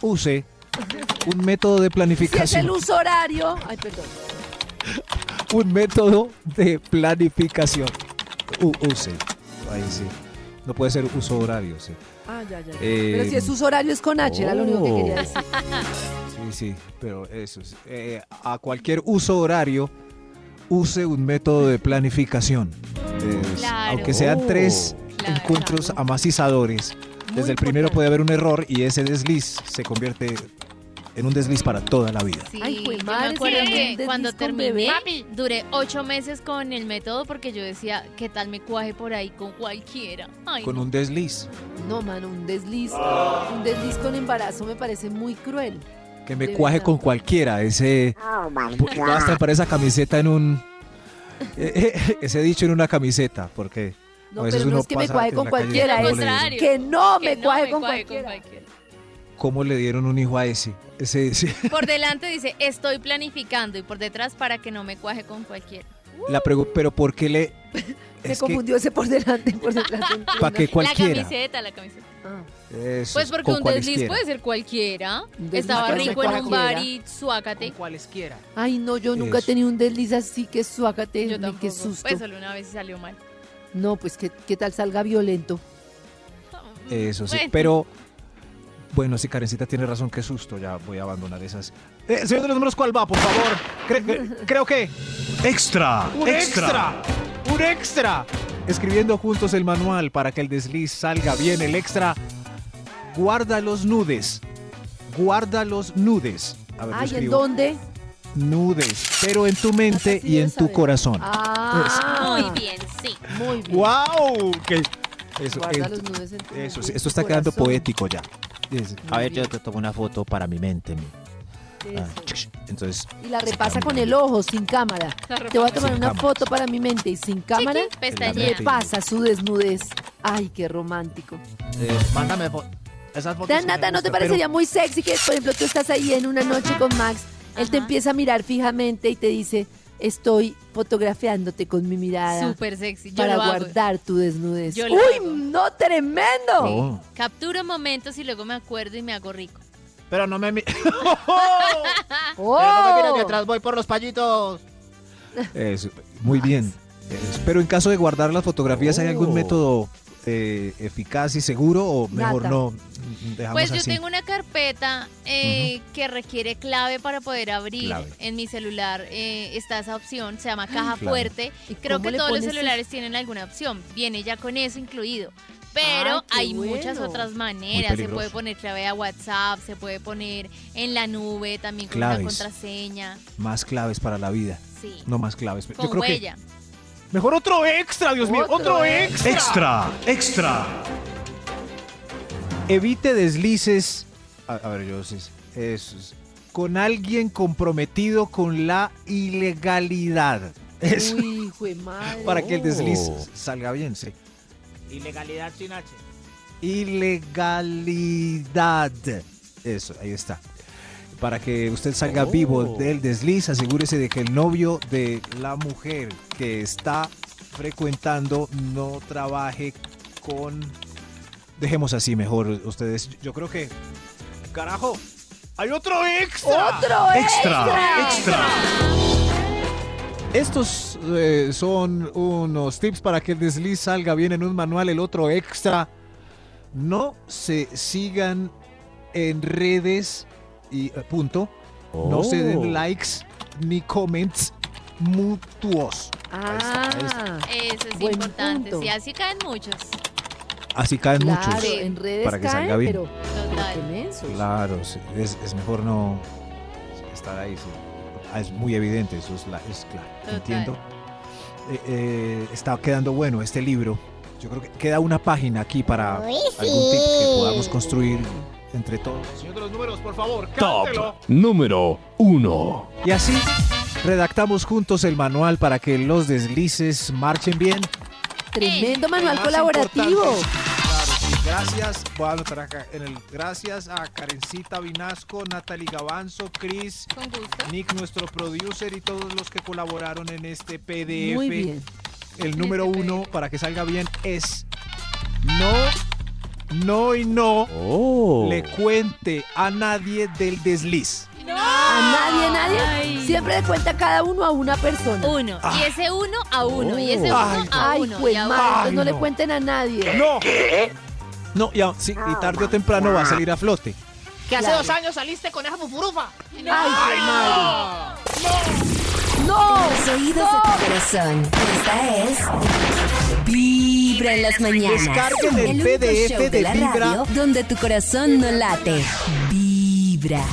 Speaker 5: use un método de
Speaker 2: Si es el
Speaker 5: planificación.
Speaker 2: uso horario. Ay, perdón.
Speaker 5: Un método de planificación. U- use. Ahí sí. No puede ser uso horario, sí.
Speaker 2: Ah, ya, ya. ya.
Speaker 5: Eh, Oh.
Speaker 2: Pero si es uso horario es con H, era lo único que quería decir.
Speaker 5: Sí, sí, pero eso es. eh, a cualquier uso horario, use un método de planificación. Es-
Speaker 3: Claro.
Speaker 5: Aunque sean tres
Speaker 3: Claro.
Speaker 5: encuentros amacizadores, desde el primero puede haber un error y ese desliz se convierte en un desliz para toda la vida.
Speaker 3: Sí,
Speaker 2: Ay, jue
Speaker 3: yo
Speaker 2: madre,
Speaker 3: me acuerdo
Speaker 2: se llama
Speaker 3: que
Speaker 2: Desliz
Speaker 3: cuando
Speaker 2: con
Speaker 3: terminé,
Speaker 2: bebé.
Speaker 3: duré ocho meses con el método porque yo decía, ¿qué tal me cuaje por ahí con cualquiera? Ay,
Speaker 5: Con
Speaker 3: no.
Speaker 5: un desliz.
Speaker 2: No, mano, un desliz. Un desliz con embarazo me parece muy cruel.
Speaker 5: Que me
Speaker 2: De
Speaker 5: cuaje
Speaker 2: verdad.
Speaker 5: con cualquiera. Ese. Voy a estar para esa camiseta en un. eh, eh, ese dicho en una camiseta, porque.
Speaker 2: No,
Speaker 5: a veces
Speaker 2: pero no
Speaker 5: uno
Speaker 2: es que me
Speaker 5: pasa
Speaker 2: cuaje
Speaker 5: en
Speaker 2: con
Speaker 5: la calle
Speaker 2: cualquiera, ¿eh?
Speaker 5: y
Speaker 2: es
Speaker 5: uno le dice,
Speaker 2: que no me
Speaker 3: Que
Speaker 2: cuaje con cualquiera.
Speaker 3: cualquiera.
Speaker 5: ¿Cómo le dieron un hijo a ese? Ese, ese-
Speaker 3: Por delante dice, estoy planificando y por detrás para que no me cuaje con cualquiera.
Speaker 5: La pregu- pero ¿por qué le
Speaker 2: Se confundió ese por delante y por detrás.
Speaker 5: Pa' que cualquiera. Ah.
Speaker 3: La camiseta, la camiseta.
Speaker 5: Eso,
Speaker 3: Pues porque
Speaker 5: con
Speaker 3: un desliz
Speaker 5: cualesquiera.
Speaker 3: puede ser cualquiera.
Speaker 2: desliz
Speaker 3: Estaba
Speaker 2: puede ser
Speaker 3: rico en un
Speaker 2: cualquiera.
Speaker 3: bar y suácate. Cualesquiera.
Speaker 2: Ay, no, yo nunca he
Speaker 3: Eso.
Speaker 2: tenido un desliz así que suácate, ni qué susto.
Speaker 3: Pues solo una vez salió mal.
Speaker 2: No, pues ¿qué, qué tal salga violento.
Speaker 5: Eso sí,
Speaker 2: pues,
Speaker 3: Bueno.
Speaker 5: pero bueno, sí, Karencita tiene razón, qué susto, ya voy a abandonar esas. Eh, señor de los números, ¿cuál va, por favor? Cre- cre- creo que... Extra,
Speaker 8: ¡Un extra!
Speaker 5: un extra. Escribiendo juntos el manual para que el desliz salga bien, el extra. Guarda los nudes, guarda los nudes. A ver, yo
Speaker 2: Ay, ¿en
Speaker 5: escribo
Speaker 2: dónde?
Speaker 5: nudes, pero en tu mente y en tu corazón.
Speaker 2: Ah,
Speaker 3: Muy bien, sí.
Speaker 2: Muy bien.
Speaker 5: ¡Wow! Que- Eso,
Speaker 2: Guarda
Speaker 5: eh,
Speaker 2: los nudes en tu mente
Speaker 5: eso sí,
Speaker 2: y
Speaker 5: esto
Speaker 2: tu
Speaker 5: está quedando
Speaker 2: corazón.
Speaker 5: poético ya. Es-
Speaker 17: A ver, yo te tomo una foto para mi mente. mi-
Speaker 2: Eso.
Speaker 17: Ah,
Speaker 5: chush. Entonces,
Speaker 2: Y la repasa con el ojo, sin cámara.
Speaker 3: La repasa.
Speaker 2: Te voy a tomar
Speaker 5: Sin
Speaker 2: una
Speaker 5: cámara.
Speaker 2: foto para mi mente y sin cámara.
Speaker 3: Chiqui, pestañea.
Speaker 2: Repasa su desnudez. Ay, qué romántico.
Speaker 17: eh, mándame fo- esas fotos.
Speaker 2: Dan,
Speaker 17: que
Speaker 2: Nata,
Speaker 17: me
Speaker 2: ¿no te
Speaker 17: gustan,
Speaker 2: parecería muy sexy que, por ejemplo, tú estás ahí en una noche con Max, él te empieza a mirar fijamente y te dice, estoy fotografiándote con mi mirada
Speaker 3: Súper sexy. Yo
Speaker 2: para
Speaker 3: lo hago.
Speaker 2: guardar tu desnudez?
Speaker 3: Yo lo
Speaker 2: ¡Uy, no, tremendo!
Speaker 3: Capturo momentos y luego me acuerdo y me hago rico.
Speaker 17: Pero, pero no me
Speaker 9: eh,
Speaker 17: mi- pero no me
Speaker 2: ¡Oh!
Speaker 17: mires de atrás, voy por los payitos.
Speaker 5: Eso, muy bien. Eso. Pero en caso de guardar las fotografías, ¿hay algún
Speaker 17: Oh.
Speaker 5: método eh, eficaz y seguro o mejor
Speaker 2: Nata.
Speaker 5: no? Dejamos
Speaker 3: Pues yo
Speaker 5: así.
Speaker 3: tengo una carpeta eh, que requiere clave para poder abrir
Speaker 5: Clave.
Speaker 3: en mi celular. eh, está esa opción, se llama caja
Speaker 5: Clave.
Speaker 3: fuerte.
Speaker 2: ¿Y
Speaker 3: Creo
Speaker 2: cómo
Speaker 3: que
Speaker 2: le
Speaker 3: todos los
Speaker 2: pones eso?
Speaker 3: celulares tienen alguna opción. Viene ya con eso incluido. Pero
Speaker 2: Ah, qué
Speaker 3: hay muchas
Speaker 2: bueno.
Speaker 3: otras maneras.
Speaker 5: Muy
Speaker 3: Se puede
Speaker 5: peligroso.
Speaker 3: poner clave a WhatsApp, se puede poner en la nube también con una
Speaker 5: Claves.
Speaker 3: contraseña.
Speaker 5: Más claves para la vida.
Speaker 3: Sí.
Speaker 5: No más claves.
Speaker 3: Con
Speaker 5: yo creo
Speaker 3: huella.
Speaker 5: que mejor otro extra, Dios mío, otro extra.
Speaker 8: Extra, extra.
Speaker 5: Evite deslices. A, a ver, yo sí. Eso es. Con alguien comprometido con la ilegalidad. Eso.
Speaker 2: Uy, hijo de madre.
Speaker 5: Para que el desliz
Speaker 8: Oh.
Speaker 5: salga bien, sí.
Speaker 17: Ilegalidad sin H.
Speaker 5: ilegalidad. Eso, ahí está. Para que usted salga vivo del desliz, asegúrese de que el novio de la mujer que está frecuentando no trabaje con... Dejemos así mejor ustedes. Yo creo que... Carajo, hay otro extra.
Speaker 2: ¡Otro
Speaker 8: Extra,
Speaker 2: extra!
Speaker 8: extra.
Speaker 5: Estos eh, son unos tips para que el desliz salga bien en un manual. El otro extra, no se sigan en redes y eh, punto. No se
Speaker 8: Oh.
Speaker 5: den likes ni comments mutuos.
Speaker 2: Ah,
Speaker 3: Eso es
Speaker 2: Buen
Speaker 3: importante.
Speaker 2: punto.
Speaker 3: Sí, así caen muchos.
Speaker 5: Así caen
Speaker 2: claro,
Speaker 5: muchos.
Speaker 2: en redes
Speaker 5: para que
Speaker 2: caen,
Speaker 5: salga bien.
Speaker 2: pero, pero qué
Speaker 3: Total.
Speaker 2: mensos.
Speaker 6: Pues,
Speaker 5: Claro, sí, es, es mejor no estar ahí. sí. Ah, Es muy evidente, eso es, la- es claro.
Speaker 3: Total.
Speaker 5: Entiendo. Eh, eh, está quedando bueno este libro. Yo creo que queda una página aquí para algún tip que podamos construir entre todos.
Speaker 8: Señor de los números, por favor,
Speaker 1: Top
Speaker 8: cántelo.
Speaker 1: número 1.
Speaker 5: Y así redactamos juntos el manual para que los deslices marchen bien.
Speaker 2: Tremendo manual
Speaker 5: Más
Speaker 2: colaborativo.
Speaker 5: importante, claro, sí, gracias. Voy a anotar acá en el- gracias a Karencita Vinasco, Natalie Gavanzo, Cris,
Speaker 3: Con gusto.
Speaker 5: Nick, nuestro producer y todos los que colaboraron en este PDF.
Speaker 2: Muy bien.
Speaker 5: El número uno para que salga bien es no, no y no
Speaker 15: Oh.
Speaker 5: le cuente a nadie del desliz.
Speaker 2: A nadie, nadie.
Speaker 3: Ay.
Speaker 2: Siempre le cuenta cada uno a una persona.
Speaker 3: Uno. Y ese uno a uno. Y ese
Speaker 5: Oh.
Speaker 3: uno
Speaker 5: Ay,
Speaker 3: a
Speaker 2: Ay,
Speaker 3: uno.
Speaker 2: pues
Speaker 3: y a uno.
Speaker 2: madre, entonces no
Speaker 5: Ay,
Speaker 2: le
Speaker 5: no.
Speaker 2: cuenten a nadie.
Speaker 5: No. No, y, a- sí, y tarde o temprano va a salir a flote.
Speaker 2: Que hace dos
Speaker 7: años saliste con esa bufurufa.
Speaker 2: Ay, pues madre.
Speaker 6: En los oídos de tu corazón. Esta es Vibra en las mañanas.
Speaker 5: Descarguen el
Speaker 6: único
Speaker 5: PDF
Speaker 6: show
Speaker 5: de
Speaker 6: la
Speaker 5: Vibra.
Speaker 6: radio donde tu corazón no late. Vibra.